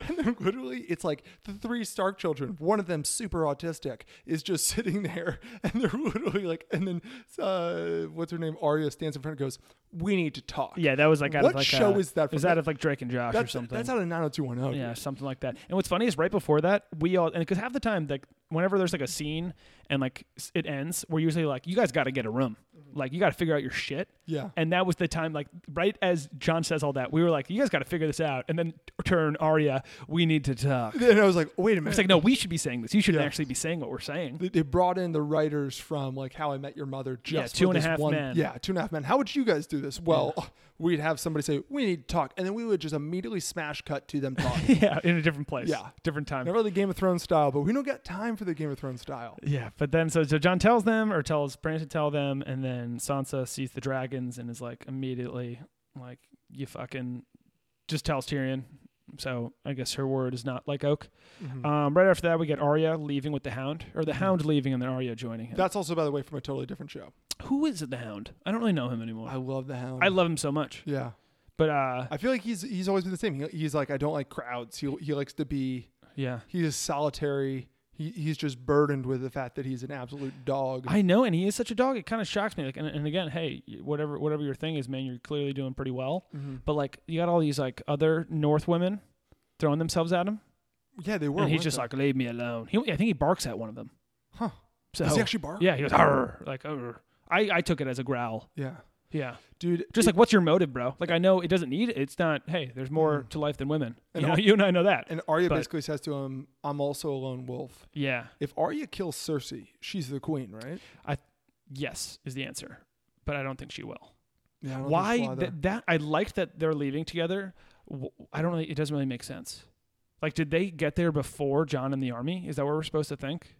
and then literally it's like the three Stark children one of them super autistic is just [laughs] sitting there and they're literally like and then uh, what's her name Arya stands in front and goes we need to talk
Yeah, that was like out
what
of like
show
uh,
is that
It was
from?
out of like Drake and Josh or
that's,
something.
That's out of 90210.
yeah, something like that. And what's funny is right before that, we all and because half the time like whenever there's like a scene and like s- it ends, we're usually like, you guys got to get a room. Like, you got to figure out your shit.
Mm-hmm. Yeah.
And that was the time, like, right as John says all that, we were like, you guys got to figure this out. And then t- turn Arya, we need to talk.
[laughs]
It's
And I was like, wait a minute.
like, no, we should be saying this. You shouldn't
Yeah.
actually be saying what we're saying.
They- They brought in the writers from like How I Met Your Mother. Just
Yeah,
for
Two and a
this
Half
one,
Men.
Yeah, two and a half men. How would you guys do this? Well, [laughs] we'd have somebody say we need to talk, and then we would just immediately smash cut to them
[laughs]
talking.
[laughs] yeah, in a different place.
Yeah.
Different time.
Not really Game of Thrones style, but we don't got time for the Game of Thrones style.
Yeah, but then so so John tells them or tells Bran to tell them, and then Sansa sees the dragons and is like immediately like you fucking just tells Tyrion. So I guess her word is not like oak.
Mm-hmm.
Um, right after that, we get Arya leaving with the Hound, or the Hound leaving and then Arya joining him.
That's also, by the way, from a totally different show.
Who is the Hound? I don't really know him anymore.
I love the Hound.
I love him so much,
Yeah,
but uh,
I feel like he's he's always been the same. He, he's like I don't like crowds. He he likes to be.
yeah,
He's just solitary. He, he's just burdened with the fact that he's an absolute dog.
I know, and he is such a dog. It kind of shocks me. Like, and, and again, hey, whatever whatever your thing is, man, you're clearly doing pretty well.
Mm-hmm.
But like, you got all these like other North women throwing themselves at him,
yeah, they were.
and he's
weren't
just
they?
like, leave me alone. He, I think he barks at one of them.
Huh.
So
Does he actually bark?
Yeah, he goes, Arr, like, Arr. I I took it as a growl.
yeah,
Yeah,
dude.
just like, what's your motive, bro? Like, I know it doesn't need. It's not. Hey, there's more to life than women.
Mm.
You
And
know, [laughs]
al-
you and I know that.
And Arya
But-
basically says to him, "I'm also a lone wolf."
yeah.
If Arya kills Cersei, she's the queen, right?
I yes is the answer, but I don't think she will.
Yeah. I don't think she'll
why
either.
th- that i liked that they're leaving together W- i don't really it doesn't really make sense like did they get there before john and the army is that what we're supposed to think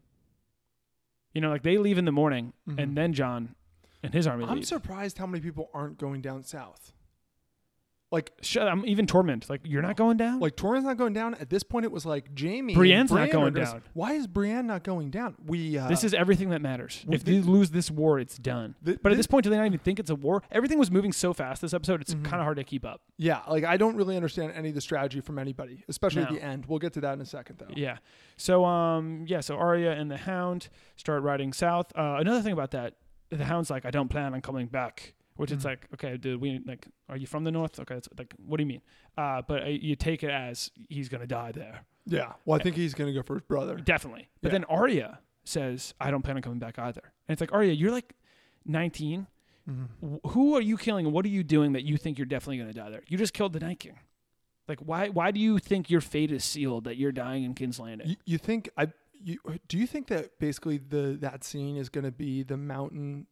you know like they leave in the morning and then john and his army
Mm-hmm. I'm
leave.
surprised how many people aren't going down south. Like,
Shut, i'm even torment like you're not going down
like Torrent's not going down. At this point, it was like Jamie.
Brienne's not going down.
Why is Brienne not going down? We. Uh,
this is everything that matters.
Well,
if they
thi-
lose this war, it's done.
Thi-
but at
thi-
this point, do they not even think it's a war? Everything was moving so fast this episode;
Mm-hmm.
it's kind of hard to keep up.
yeah. Like I don't really understand any of the strategy from anybody, especially at
No.
the end. We'll get to that in a second, though.
Yeah. So um yeah, so Arya and the Hound start riding south. Uh, another thing about that, the Hound's like, I don't plan on coming back. Which it's like, okay, dude, we like, are you from the north? Okay, it's like, what do you mean? Uh, but uh, you take it as he's gonna die there,
Yeah. Well, I think he's gonna go for his brother.
definitely. But then Arya says, I don't plan on coming back either. And it's like, Arya, you're like 19. Wh- Who are you killing? and What are you doing that you think you're definitely gonna die there? You just killed the Night King. Like, why? Why do you think your fate is sealed that you're dying in King's Landing?
You, you think I? You do you think that basically the that scene is gonna be the mountain?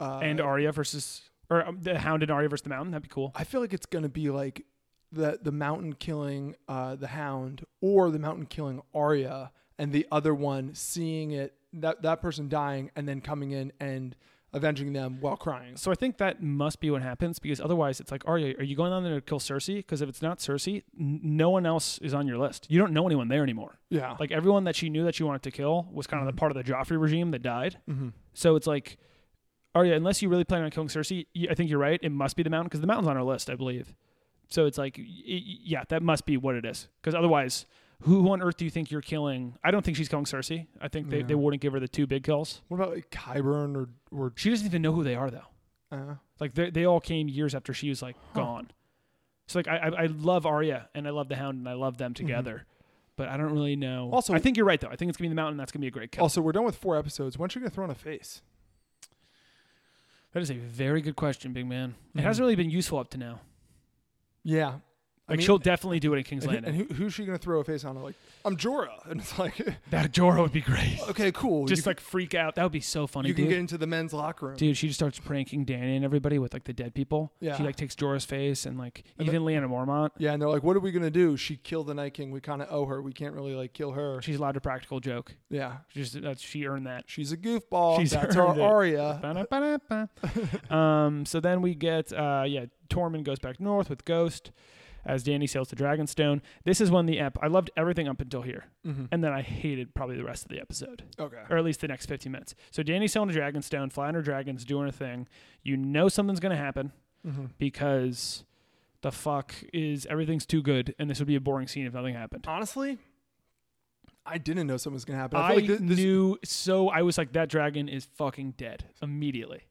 Uh,
and Arya versus or um, the Hound and Arya versus the Mountain. That'd be cool.
I feel like it's gonna be like the the mountain killing uh, the hound or the mountain killing Arya and the other one seeing it that that person dying and then coming in and avenging them while crying.
So I think that must be what happens because otherwise it's like Arya, are you going on there to kill Cersei? Because if it's not Cersei, n- no one else is on your list. You don't know anyone there anymore.
Yeah.
Like everyone that she knew that she wanted to kill was kind of the part of the Joffrey regime that died. So it's like Arya, unless you really plan on killing Cersei, y- I think you're right. It must be the Mountain because the Mountain's on our list, I believe. So it's like, y- y- yeah, that must be what it is. Because otherwise, who on earth do you think you're killing? I don't think she's killing Cersei. I think they, they wouldn't give her the two big kills.
what about like Kyburn or or
She doesn't even know who they are though.
uh,
Like they they all came years after she was like gone. So like I I- I love Arya and I love the Hound and I love them together, but I don't really know.
Mm-hmm. Also-
I think you're right though. I think it's gonna be the Mountain. That's gonna be a great kill.
also we're done with four episodes. When are you gonna throw in a face?
that is a very good question, big man.
Mm-hmm.
It hasn't really been useful up to now.
Yeah.
Like she'll definitely do it in King's
and,
Landing.
and who, who's she gonna throw a face on? Like I'm Jorah, [laughs] and it's like
that Jorah would
[laughs]
be great.
okay, cool.
Just
you can,
like freak out. That would be so funny,
you can
dude.
get into the men's locker room.
Dude, she just starts pranking Danny and everybody with like the dead people.
Yeah.
She like takes Jorah's face and like even Leanna Mormont.
Yeah, and they're like, "What are we gonna do? She killed the Night King. We kind of owe her. We can't really like kill her."
She's allowed a practical joke.
yeah,
She's that's she earned that.
she's a goofball.
She's
That's
earned
our
it.
Arya.
Ba-da-ba-da-ba. [laughs] um, so then we get, uh, yeah, Tormund goes back north with Ghost as Danny sails to Dragonstone. This is when the ep. I loved everything up until here, and then I hated probably the rest of the episode,
Okay.
or at least the next 15 minutes. So Danny sailing to Dragonstone, flying her dragons, doing her thing. You know something's gonna happen because the fuck is everything's too good, and this would be a boring scene if nothing happened.
Honestly, I didn't know something was gonna happen.
I,
feel like thi- this,
knew so I was like that dragon is fucking dead immediately.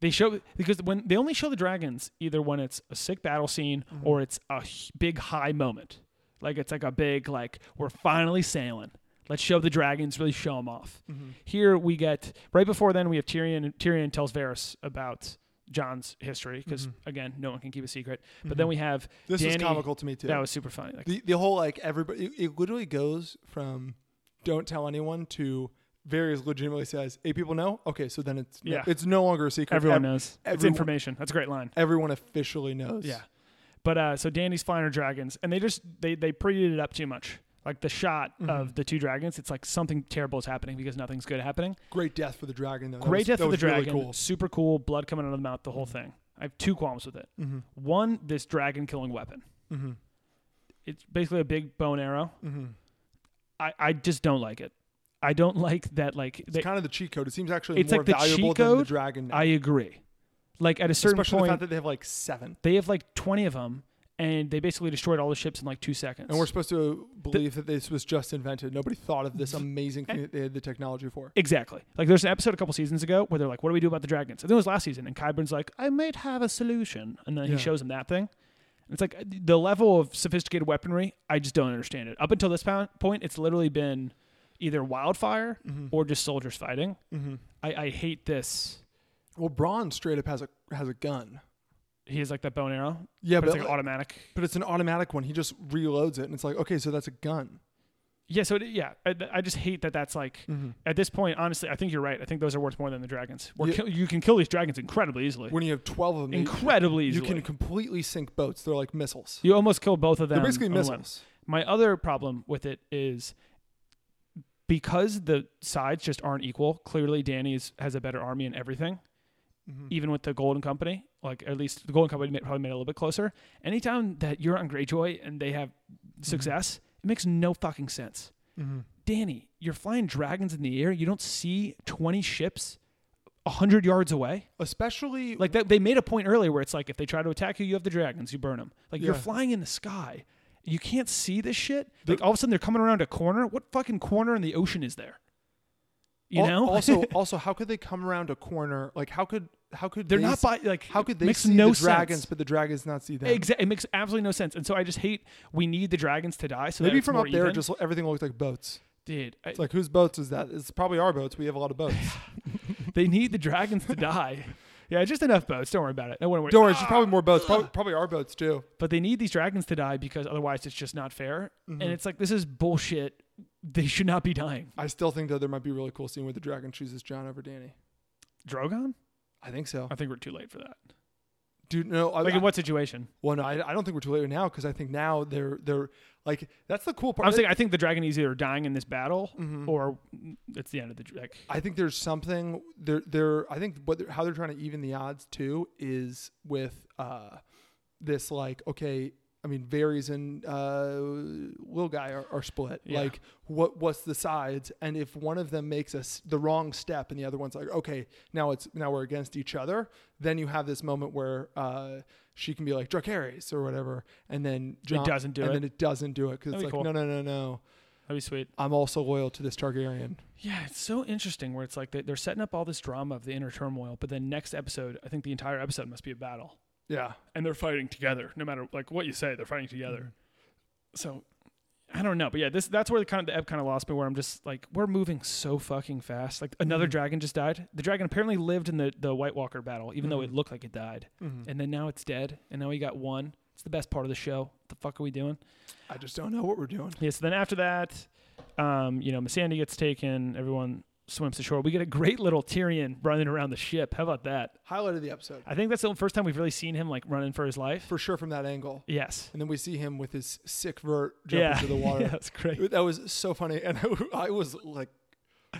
They show because when they only show the dragons either when it's a sick battle scene
Mm-hmm.
or it's a h- big high moment. Like it's like a big like we're finally sailing. Let's show the dragons, really show them off.
Mm-hmm.
Here we get right before then we have Tyrion. Tyrion tells Varys about John's history because again, no one can keep a secret. But then we have
Mm-hmm. This was
Danny-
comical to me, too.
That was super funny. Like,
the the whole like everybody it, it literally goes from don't tell anyone to various legitimately says eight people know okay so then it's
Yeah.
it's no longer a secret
everyone
Ev-
knows. it's
everyone-
information. That's a great line.
everyone officially knows
Yeah. But uh, so Danny's flying her dragons, and they just they they prettied it up too much. Like the shot
Mm-hmm.
of the two dragons, it's like something terrible is happening because nothing's good happening.
great death for the dragon though That
Great
was-
death
that
of the
was really
dragon,
cool. Mm-hmm.
super cool, blood coming out of the mouth, the whole thing. I have two qualms with it. One, this dragon killing weapon.
Mm-hmm.
It's basically a big bow and arrow. I I just don't like it. I don't [laughs] like that. Like they,
it's kind of the cheat code it seems actually
it's
more
like the
valuable
cheat
than the
code.
dragon now.
I agree. Like at a certain
especially the
point,
fact that they have like seven
they have like twenty of them, and they basically destroyed all the ships in like two seconds.
and we're supposed to believe that this was just invented nobody thought of [laughs] this amazing thing that they had the technology for
Exactly. Like there's an episode a couple seasons ago where they're like, "What do we do about the dragons?" I think it was last season, and Kyburn's like, "I might have a solution," and then
Yeah.
he shows him that thing. And it's like uh, the level of sophisticated weaponry. I just don't understand it. Up until this po- point, it's literally been either wildfire
Mm-hmm.
or just soldiers fighting. I, I hate this.
well braun straight up has a has a gun
He has like that bow and arrow.
Yeah,
but, it's
but
like
like-
automatic.
but it's an automatic one he just reloads it and it's like okay so that's a gun
Yeah. So it, yeah, I, I just hate that. That's like
Mm-hmm.
at this point, honestly, I think you're right. I think those are worth more than the dragons. We're
Yeah.
kill, you can kill these dragons incredibly easily.
when you have 12 of them you-
incredibly
you
easily.
can completely sink boats they're like missiles
You almost kill both of them.
they're basically
on a limb.
missiles
My other problem with it is because the sides just aren't equal. Clearly, Danny's has a better army and everything.
Mm-hmm.
Even with the Golden Company, like at least the Golden Company ma- probably made it a little bit closer. Anytime that you're on Greyjoy and they have
Mm-hmm.
success, it makes no fucking sense. Danny, you're flying dragons in the air. You don't see 20 ships 100 yards away
especially like
like that they made a point earlier where it's like if they try to attack you you have the dragons you burn them like you're
Yeah.
flying in the sky you can't see this shit like all of a sudden they're coming around a corner what fucking corner in the ocean is there you know [laughs]
also also how could they come around a corner like how could how could
They're
they
not
s-
by- like,
how could they
makes
see
no
the dragons
sense.
but the dragons not see them
Exa- it makes absolutely no sense and so i just hate we need the dragons to die so that
maybe
it's
from
more
up there
even.
just everything looked like boats
dude I-
it's like whose boats is that it's probably our boats we have a lot of
[laughs]
boats
they need the dragons
[laughs]
to die yeah just enough boats don't worry about it no one worry
don't worry it's probably more boats
[laughs]
probably, probably our boats too
but they need these dragons to die because otherwise it's just not fair
Mm-hmm.
and it's like this is bullshit they should not be dying
i still think though there might be a really cool scene where the dragon chooses john over danny
drogon
i think so
i think we're too late for that
dude no I,
like in what situation
well no I, I don't think we're too late now because i think now they're they're like that's the cool part
I'm saying I think the dragon is either dying in this battle or it's the end of the like.
I think there's something they're they're I think what they're, how they're trying to even the odds too is with uh this like okay I mean varies and uh little guy are, are split
Yeah.
like what what's the sides and if one of them makes us the wrong step and the other one's like okay now it's now we're against each other then you have this moment where uh she can be like Dracarys or whatever and then John,
doesn't do
and
it.
then it doesn't do it because it's
That'd
like
be
no
cool.
no no no
That'd be sweet.
I'm also loyal to this Targaryen
Yeah, it's so interesting where it's like they- they're setting up all this drama of the inner turmoil, but then next episode, I think the entire episode must be a battle,
yeah
and they're fighting together. No matter like what you say, they're fighting together. So I don't know, but yeah, this that's where the kind of the ebb kind of lost me, where I'm just like, we're moving so fucking fast. Like another dragon just died. The dragon apparently lived in the the White Walker battle, even though it looked like it died, and then now it's dead, and now we got one. It's the best part of the show. What the fuck are we doing?
I just don't know what we're doing
Yeah, so then after that, um, you know, Missandei gets taken. Everyone swims ashore. We get a great little Tyrion running around the ship. How about that?
highlight of the episode
I think that's the first time we've really seen him like running for his life.
for sure from that angle.
yes.
And then we see him with his sick vert jump
Yeah.
into
[laughs]
the water.
yeah, that's great.
That was so funny, and I, I was like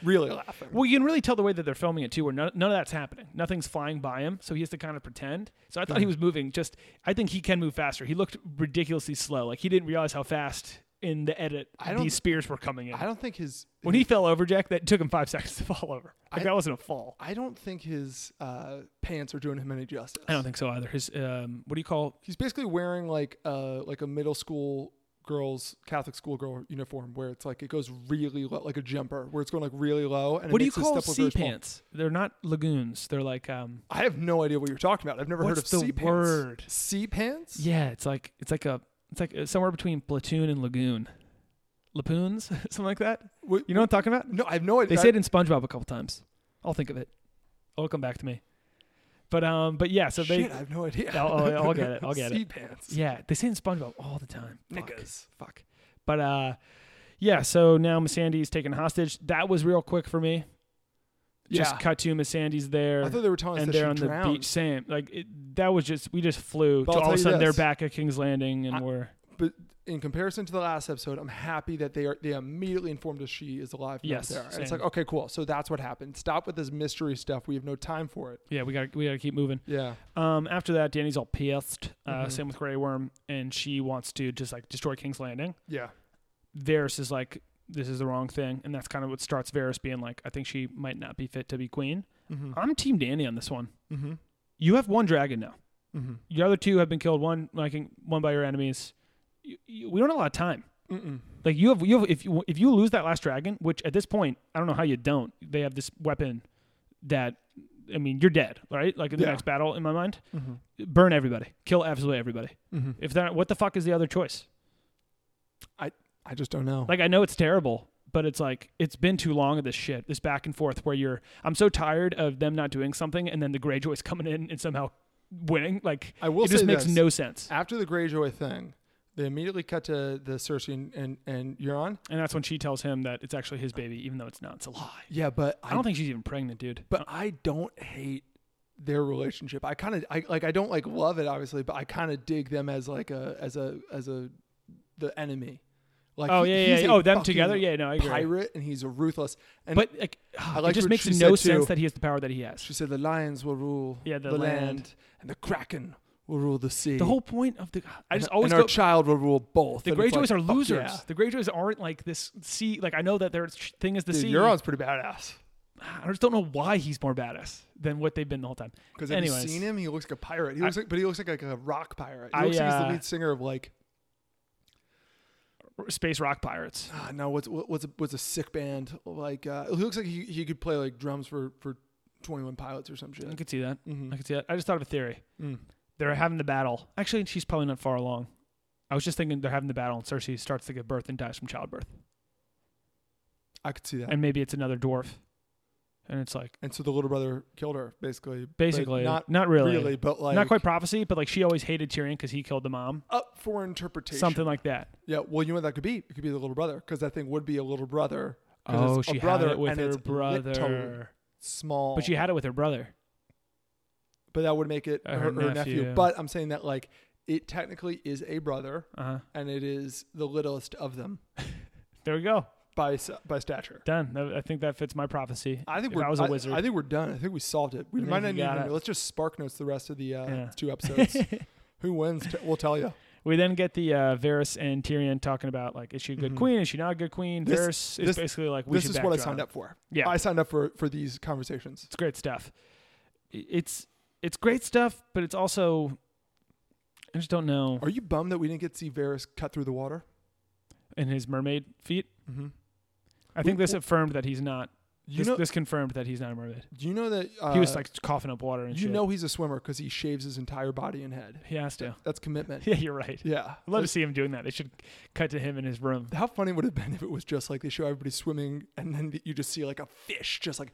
really laughing.
Well, you can really tell the way that they're filming it too, where none, none of that's happening. Nothing's flying by him, so he has to kind of pretend. So I thought he was moving. Just, I think he can move faster. He looked ridiculously slow. Like he didn't realize how fast in the edit
don't-
these spears were coming in.
I don't think his
when he fell over, Jack, that took him five [laughs] seconds to fall over. Like
I-
that wasn't a fall.
I don't think his uh, pants are doing him any justice.
I don't think so either. His um, what do you call?
he's basically wearing like uh like a middle school girl's Catholic schoolgirl uniform, where it's like it goes really low, like a jumper, where it's going like really low. And it
What do you
makes his
call
step look
sea
very small.
pants? They're not lagoons. They're like um,
I have no idea what you're talking about. I've never heard
What's
of
the
sea pants.
word?
Sea pants?
yeah, it's like it's like a it's like uh, somewhere between platoon and lagoon. Lapoons, [laughs] something like that.
Wh-
You know what I'm talking about?
No, I have no [laughs] idea.
They say it in SpongeBob a couple times. I'll think of it. It'll come back to me. But um, but yeah, so they
Shit, I have no idea.
I'll- I'll- I'll get it, I'll get it.
sea pants.
[laughs] yeah they say it in SpongeBob all the time. Fuck.
Niggas.
Fuck. But uh, yeah. So now Miss Sandy's taken hostage. That was real quick for me. Just
Yeah.
cut to Miss Sandy's there.
I thought they were telling us that
and they're
she
on the
drowned.
beach. Same. Like it, that was just we just flew.
But
to
I'll
all of a
tell you
sudden
this.
they're back at King's Landing and
I-
we're
But in comparison to the last episode, I'm happy that they are they immediately informed us she is alive. and not
Yes,
there. And it's
same.
like okay, cool. So that's what happened. Stop with this mystery stuff. We have no time for it.
yeah we got to we got to keep moving.
Yeah.
Um, after that, Danny's all pissed. Uh,
Mm-hmm.
Same with Grey Worm, and she wants to just like destroy King's Landing.
Yeah.
Varys is like, "This is the wrong thing," and that's kind of what starts Varys being like, "I think she might not be fit to be queen." I'm Team Danny on this one.
Mm-hmm.
You have one dragon now.
Mm-hmm.
Your other two have been killed. One, like, one by your enemies. You, you, we don't have a lot of time.
Mm-mm.
Like you have, you have if you, if you lose that last dragon, which at this point I don't know how you don't. They have this weapon that I mean you're dead, right? Like in the
Yeah. Mm-hmm.
next battle, in my mind, burn everybody, kill absolutely everybody. If that, what the fuck is the other choice?
I I just don't know.
Like I know it's terrible, but it's like it's been too long of this shit, this back and forth where you're. I'm so tired of them not doing something and then the Greyjoys [laughs] coming in and somehow winning. Like
I will
it just
say
makes
this.
no sense.
after the Greyjoy thing, they immediately cut to the Cersei and and, and Euron.
And that's when she tells him that it's actually
Uh,
his baby, even though it's not. It's a lie.
Yeah, but
I don't think she's even pregnant, dude.
but I don't hate their relationship. I kind of I like I don't like love it obviously, but I kind of dig them as like a as a as a the enemy. Like
Oh,
he-
yeah, yeah,
he's
yeah.
a
Oh, them
fucking
together? Yeah, no, I agree.
Pirate and he's a ruthless. And
But like, ah, it
liked
just
what
makes
she
no
said,
sense
too.
that he has the power that he has.
she said the lions will rule
Yeah, the
the
land.
land. and the kraken will rule the sea.
The whole point of the I just
and,
always
and our
go.
child will rule both.
the
And it's like,
Greyjoys are
fuck
losers.
Yeah.
The Greyjoys aren't like this sea. Like I know that their sh- thing is the
Dude,
sea.
Euron's pretty badass.
I just don't know why he's more badass than what they've been the whole time.
Because have you
anyways,
seen him? He looks like a pirate. He looks like, but he looks like, like a rock pirate. He
I,
looks like he's
uh,
the lead singer of like,
space rock pirates.
ah, no, what's what- what's a, what's a sick band? Like, uh, he looks like he, he could play like drums for for Twenty One Pilots or some shit. Mm-hmm. Mm.
I could see that. I could see that. I just thought of a theory. They're having the battle. Actually, she's probably not far along. I was just thinking they're having the battle, and Cersei starts to give birth and dies from childbirth,
I could see that. And,
and maybe it's another dwarf, and it's like
so the little brother killed her, basically. But
basically
not
really,
but like
not quite prophecy, but like she always hated Tyrion because he killed the mom,
up for interpretation.
something like that.
Yeah. Well, you know what that could be? It could be the little brother because that thing would be a little brother. 'cause
Oh,
it's
she
a brother
had it with
and
her
it's little,
brother,
small.
but she had it with her brother.
but that would make it
Uh,
her,
her
her nephew.
nephew.
But I'm saying that like it technically is a brother,
Uh-huh.
and it is the littlest of them
There we go,
by s- by stature.
done. That- I think that fits my prophecy.
I think
If
we're.
I was a
I-
wizard.
I,
[laughs]
think we're done. I think we solved it. We
think
might
you
not need.
got
any-
it.
Let's just spark notes the rest of the uh,
Yeah.
two
[laughs]
episodes. Who wins? T- we'll tell you.
we then get the uh, Varys and Tyrion talking about like, is she a good queen? Is she not a good queen?
Mm-hmm. This-
Varys is
this-
basically like, we
This
should
is what I
backdraw
signed
him.
up for.
Yeah.
I signed up for for these conversations.
It's great stuff. I- It's it's great stuff, but it's also I just don't know.
Are you bummed that we didn't get to see Varys cut through the water?
In his mermaid feet,
Mhm.
I think
We-
this affirmed that he's not.
You
Mm-hmm. this,
know,
this confirmed that he's not a mermaid.
you know that uh,
he was like coughing up water and
you
shit.
know he's a swimmer because he shaves his entire body and head.
he
[laughs]
has to.
That's commitment.
Yeah, you're right.
yeah.
I'd love to see him doing that. They should cut to him in his room.
How funny would it have been if it was just like they show everybody swimming and then you just see like a fish just like,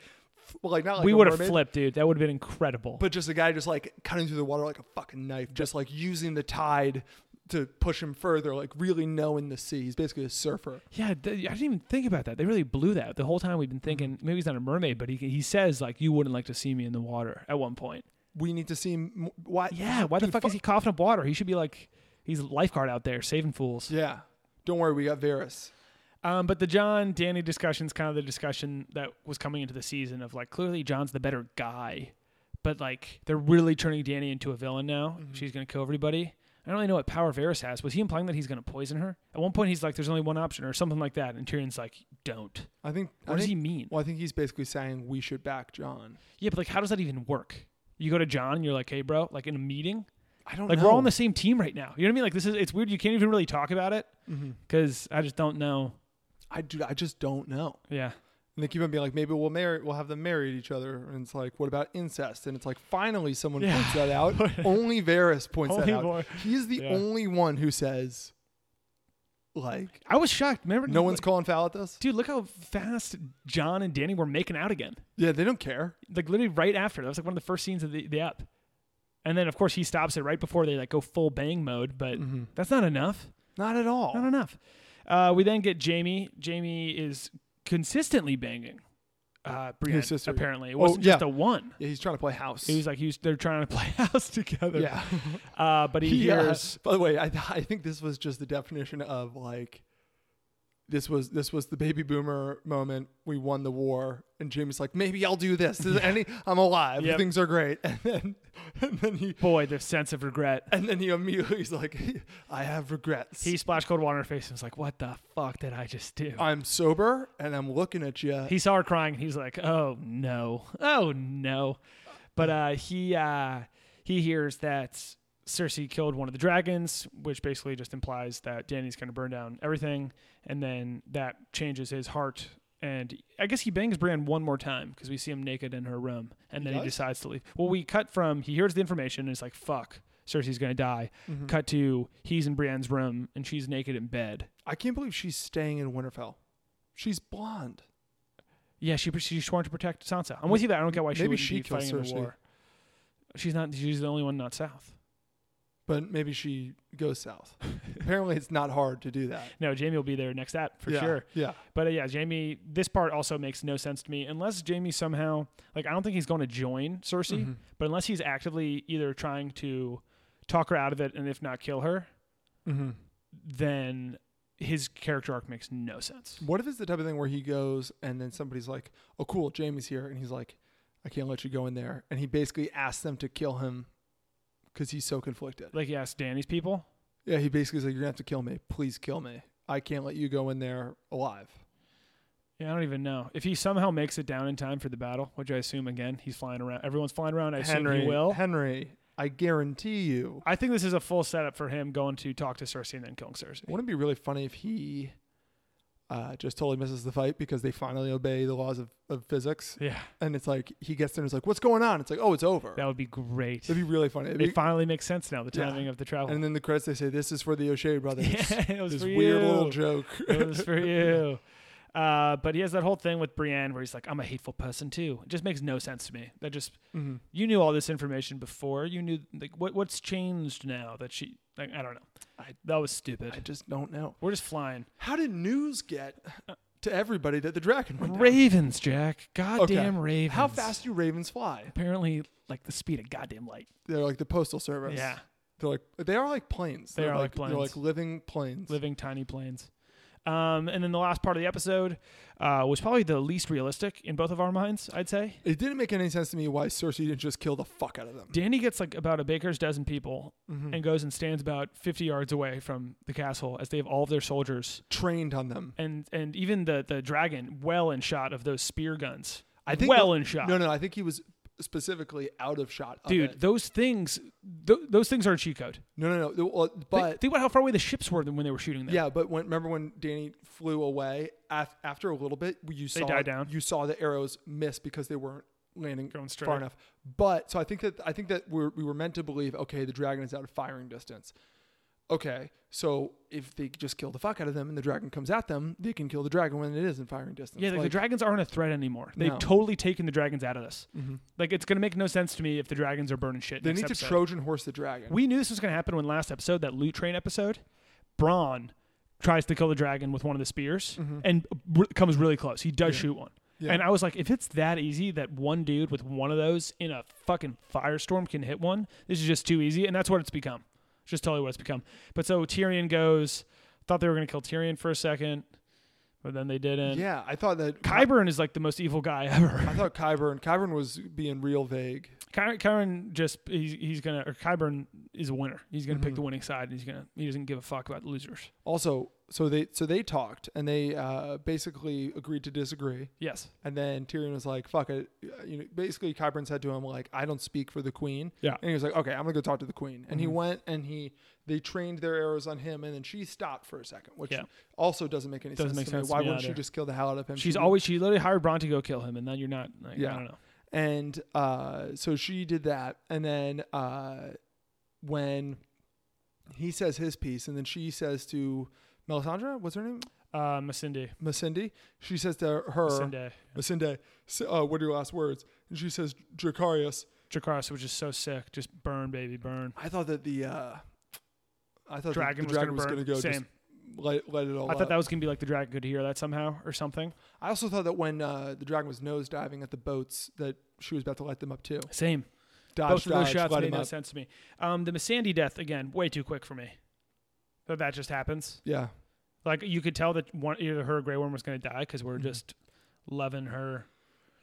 f- well, like not like
we
a
would have
mermaid,
flipped, dude. That would have been incredible.
but just a guy just like cutting through the water like a fucking knife, just like using the tide to push him further, like really knowing the sea. He's basically a surfer.
yeah, th- I didn't even think about that. They really blew that. The whole time we've been thinking
Mm-hmm.
maybe he's not a mermaid, but he he says like you wouldn't like to see me in the water at one point.
We need to see him. m- Why?
Yeah, why the
dude,
fuck
fu-
is he coughing up water? He should be like he's a lifeguard out there saving fools.
Yeah. Don't worry, we got Varys.
Um, but the John Danny discussion is kind of the discussion that was coming into the season of like clearly John's the better guy, but like they're really turning Danny into a villain now.
Mm-hmm.
She's gonna kill everybody. I don't really know what power Varys has. Was he implying that he's gonna poison her? At one point, he's like, "There's only one option," or something like that, and Tyrion's like, "Don't."
I think.
What
I
does
think-
he mean?
Well, I think he's basically saying we should back John.
Yeah, but like, how does that even work? You go to John and you're like, "Hey, bro," like in a meeting.
I don't
Like
know.
we're all on the same team right now. You know what I mean? Like this is it's weird. You can't even really talk about it
Mm-hmm.
because I just don't know.
I dude, I just don't know.
Yeah.
And they keep on being like, maybe we'll marry, we'll have them married each other. And it's like, what about incest? And it's like, finally, someone
Yeah.
points that [laughs] out. only Varys points
Only
that out.
Var-
He's the
Yeah.
only one who says, Like
I was shocked. Remember,
no one's calling foul at this.
Dude, look how fast John and Danny were making out again.
Yeah, they don't care.
Like literally right after that was like one of the first scenes of the, the ep. And then of course he stops it right before they like go full bang mode, but
Mm-hmm.
that's not enough.
Not at all.
Not enough. Uh, we then get Jamie. Jamie is consistently banging uh, Brienne.
His sister.
Apparently, it
Oh,
wasn't just
yeah.
a one.
Yeah, he's trying to play house.
It was like he was, they're trying to play [laughs] house together.
yeah. [laughs]
Uh, but he
Yeah.
hears
By the way, I, I think this was just the definition of like this was this was the baby boomer moment. We won the war, and Jamie's like, maybe I'll do this. Does any, I'm alive.
Yep.
Things are great. And then and then he
boy the sense of regret.
and then he immediately he's like, I have regrets.
He splashed cold water in her face and was like, "What the fuck did I just do?"
I'm sober and I'm looking at you.
he saw her crying and he's like oh no oh no but uh he uh he hears that cersei killed one of the dragons which basically just implies that danny's going to burn down everything and then that changes his heart and i guess he bangs brienne one more time because we see him naked in her room and then he,
does?
decides to leave well we cut from he hears the information and it's like fuck cersei's going to die cut to he's in brienne's room and she's naked in bed
I can't believe she's staying in Winterfell. She's blonde.
Yeah, she she's sworn to protect Sansa. I'm with you there. I don't get why she
Maybe
would
she
be
killed
fighting in the
Cersei.
war. She's not. She's the only one not south.
But maybe she goes south. Apparently it's not hard to do that.
No, Jamie will be there next app for
Yeah,
sure.
yeah.
But uh, yeah, Jamie. This part also makes no sense to me unless Jamie somehow like I don't think he's going to join Cersei,
Mm-hmm.
but unless he's actively either trying to talk her out of it and if not kill her, then his character arc makes no sense.
What if it's the type of thing where he goes and then somebody's like, "Oh, cool, Jamie's here," and he's like, "I can't let you go in there," and he basically asks them to kill him because he's so conflicted.
Like he asked Danny's people.
yeah, he basically is like, "You're gonna have to kill me. Please kill me. I can't let you go in there alive."
Yeah, I don't even know if he somehow makes it down in time for the battle, which I assume again he's flying around. Everyone's flying around. I assume he will.
Henry, I guarantee you.
I think this is a full setup for him going to talk to Cersei and then killing Cersei.
Wouldn't it be really funny if he uh, just totally misses the fight because they finally obey the laws of, of physics?
Yeah.
And it's like he gets there and it's like, "What's going on?" It's like, "Oh, it's over."
That would be great.
It'd be really funny. It'd be-
It finally makes sense now, the
Yeah.
timing of the travel.
And then the credits they say this is for the
[laughs]
O'Shea brothers.
Yeah, it was
this
for
weird
you.
little joke.
[laughs] it was for you. Uh, but he has that whole thing with Brienne where he's like, I'm a hateful person too. It just makes no sense to me. That just,
Mm-hmm.
you knew all this information before. You knew, like, what what's changed now that she, like, I don't know. that was stupid.
[laughs] I just don't know.
We're just flying.
How did news get to everybody that the dragon went down?
Ravens, Jack.
Okay.
Goddamn ravens.
How fast do ravens fly?
Apparently, like, the speed of goddamn light.
They're like the postal service.
Yeah.
They're like they are like planes.
They
They're
are like
They're
planes.
like living planes.
living tiny planes. Um, and then the last part of the episode uh, was probably the least realistic in both of our minds, I'd say.
It didn't make any sense to me why Cersei didn't just kill the fuck out of them.
Danny gets like about a baker's dozen people
Mm-hmm.
and goes and stands about 50 yards away from the castle as they have all of their soldiers
Trained on them.
and and even the the dragon well in shot of those spear guns.
I think
well in shot.
No, no, I think he was specifically out of shot. of
Dude,
it.
those things th- those things are a cheat code.
no, no, no. Well,
Thi-
But
think about how far away the ships were than when they were shooting them.
Yeah, but when remember when Danny flew away af- after a little bit, you saw
died down.
You saw the arrows miss because they weren't landing
Going straight.
far enough. But so I think that I think that we're, we were meant to believe okay, the dragon is out of firing distance. Okay, so if they just kill the fuck out of them and the dragon comes at them, they can kill the dragon when it is in firing distance.
Yeah, like, the
Like,
dragons aren't a threat anymore. They've
No. Mm-hmm.
totally taken the dragons out of this. Like it's gonna make no sense to me if the dragons are burning shit.
They
next
need to
episode.
Trojan horse the dragon.
We knew this was going to happen when last episode, that loot train episode, Braun tries to kill the dragon with one of the spears
Mm-hmm.
and r- comes really close. He does shoot one. And I was like, if it's that easy that one dude with one of those in a fucking firestorm can hit one, this is just too easy. And that's what it's become. It's Just totally what it's become. But so Tyrion goes, thought they were going to kill Tyrion for a second, but then they didn't.
yeah, I thought that
Kyburn is like the most evil guy
I
ever.
thought Kyburn. Kyburn was being real vague.
Ky- Kyron just he's, he's gonna or Kyburn is a winner. He's gonna
Mm-hmm.
pick the winning side. And he's gonna he doesn't give a fuck about losers.
Also, so they so they talked and they uh, basically agreed to disagree.
Yes.
And then Tyrion was like, "Fuck it," Uh, you know. Basically, Kyburn said to him, "Like, I don't speak for the queen."
Yeah. Mm-hmm.
And he was like, "Okay, I'm gonna go talk to the queen." And he went and he they trained their arrows on him, and then she stopped for a second, which
Yeah.
also doesn't make any
Doesn't
sense.
make
to Me.
sense to
Why
me
wouldn't she
either.
just kill the hell out of him?
She's
She-
always she literally hired Braun to go kill him, and then you're not. Like,
Yeah.
I don't know.
And uh, so she did that, and then uh, when he says his piece, and then she says to Melisandre, what's her name?
Uh, Masindi.
Masindi. She says to her,
Masinde.
Masinde, s- uh, what are your last words? And she says, Dracarius.
Dracarys, which is so sick. Just burn, baby, burn.
I thought that the, uh, I thought
Dragon
the,
was
the dragon
gonna
was
burn.
going to go
Same.
just light, light it all
I
up.
thought that was gonna be like the dragon could hear that somehow or something.
I also thought that when uh, the dragon was nose diving at the boats, that she was about to light them up too.
Same.
Dodge,
Both of those
dodge,
shots
light
made
them
no
up.
sense to me. Um, the Masandi death again, way too quick for me. That that just happens.
Yeah.
Like you could tell that one either her or Grey Worm was going to die because we're
Mm-hmm.
just loving her,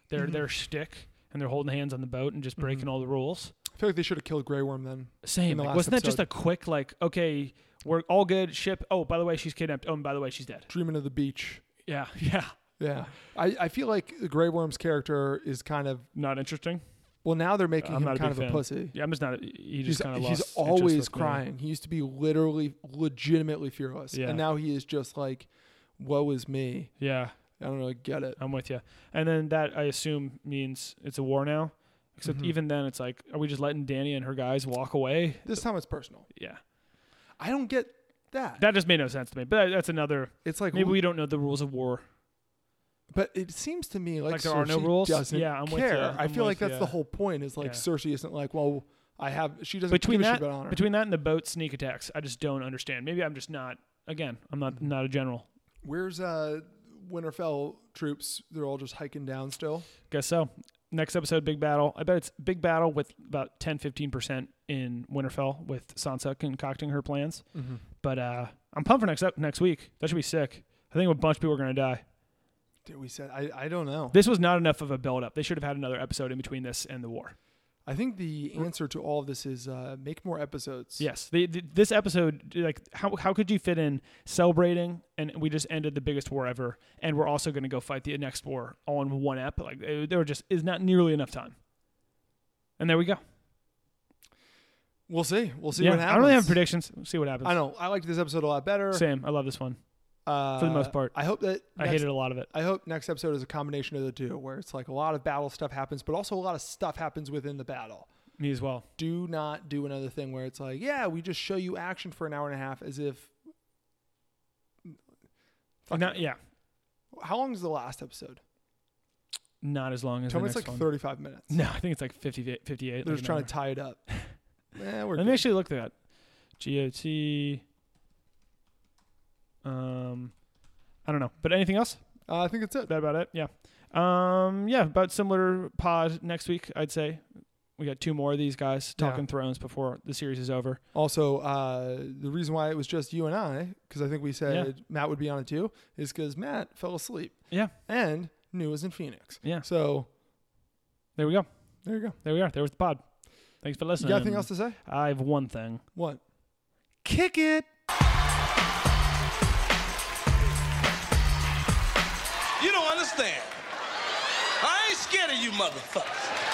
their their shtick, and they're holding hands on the boat and just
Mm-hmm.
breaking all the rules.
I feel like they should have killed Grey Worm then.
Same.
the
Like,
last
wasn't that just a
episode.
quick like okay, we're all good. Ship. Oh, by the way, she's kidnapped. Oh, and by the way, she's dead.
Dreaming of the beach.
Yeah, yeah.
[laughs] Yeah. I, I feel like the Grey Worm's character is kind of,
Not interesting.
well, now they're making
I'm
him
not
kind
a
of
big
a
fan.
pussy.
Yeah, I'm just not. He
He's,
just kind of lost.
he's
interest
always
with me.
crying. He used to be literally, legitimately fearless.
Yeah.
And now he is just like, woe is me.
Yeah,
I don't really get it.
I'm with you. And then that I assume means it's a war now. Except
Mm-hmm.
even then, it's like, are we just letting Danny and her guys walk away?
This time it's personal.
Yeah.
I don't get that.
That just made no sense to me. But that's another.
it's like,
Maybe we don't know the rules of war.
but it seems to me like,
Like there are no
Cersei
rules?
Doesn't
Yeah, I'm with
care.
ya.
I
I'm
feel like
with
that's the
ya.
whole point. Is like
Yeah.
Cersei isn't like, well, I have. She doesn't give
Between
a
that,
shit about honor.
between that and the boat sneak attacks, I just don't understand. Maybe I'm just not. Again,
Mm-hmm.
I'm not not a general.
Where's uh Winterfell troops? They're all just hiking down still.
Guess so. Next episode, big battle. I bet it's big battle with about 10, 15 percent in Winterfell with Sansa concocting her plans.
Mm-hmm.
But uh, I'm pumped for next up next week. That should be sick. I think a bunch of people are gonna die.
Did we said I I don't know.
This was not enough of a build up. They should have had another episode in between this and the war.
I think the answer to all of this is uh make more episodes.
Yes, they, th this episode, like, how how could you fit in celebrating and we just ended the biggest war ever, and we're also going to go fight the next war all in one ep? Like, it- there just is not nearly enough time. And there we go.
We'll see. We'll see
yeah,
what
I
happens.
don't really have predictions. We'll see what happens.
I know. I liked this episode a lot better.
Sam, I love this one.
Uh,
for the most part.
I hope that
I
next-
hated a lot of it.
I hope next episode is a combination of the two, where it's like a lot of battle stuff happens, but also a lot of stuff happens within the battle.
Me as well.
Do not do another thing where it's like, yeah, we just show you action for an hour and a half, as if. Fuck
Not,
it.
yeah,
How long is the last episode?
not as long as
Tell
the
me it's
next
like
one.
35 minutes.
[laughs] No, I think it's like 50,
They're
58. like
just
an
trying
hour.
to tie it up.
[laughs]
Eh, we're
Let me
good.
actually look that. GOT. Um, I don't know. But anything else?
Uh, I think it's it.
That about it. Yeah. Um, yeah. About similar pod next week. I'd say we got two more of these guys
Yeah.
talking Thrones before the series is over.
Also, uh, the reason why it was just you and I, because I think we said Matt would be on it too, is because Matt fell asleep
Yeah.
and knew it was in Phoenix.
Yeah.
So
There we go.
there you go.
There we are. There was the pod. Thanks for
You
listening.
got anything else to say?
I have one thing.
What?
Kick it.
You don't understand. I ain't scared of you motherfuckers.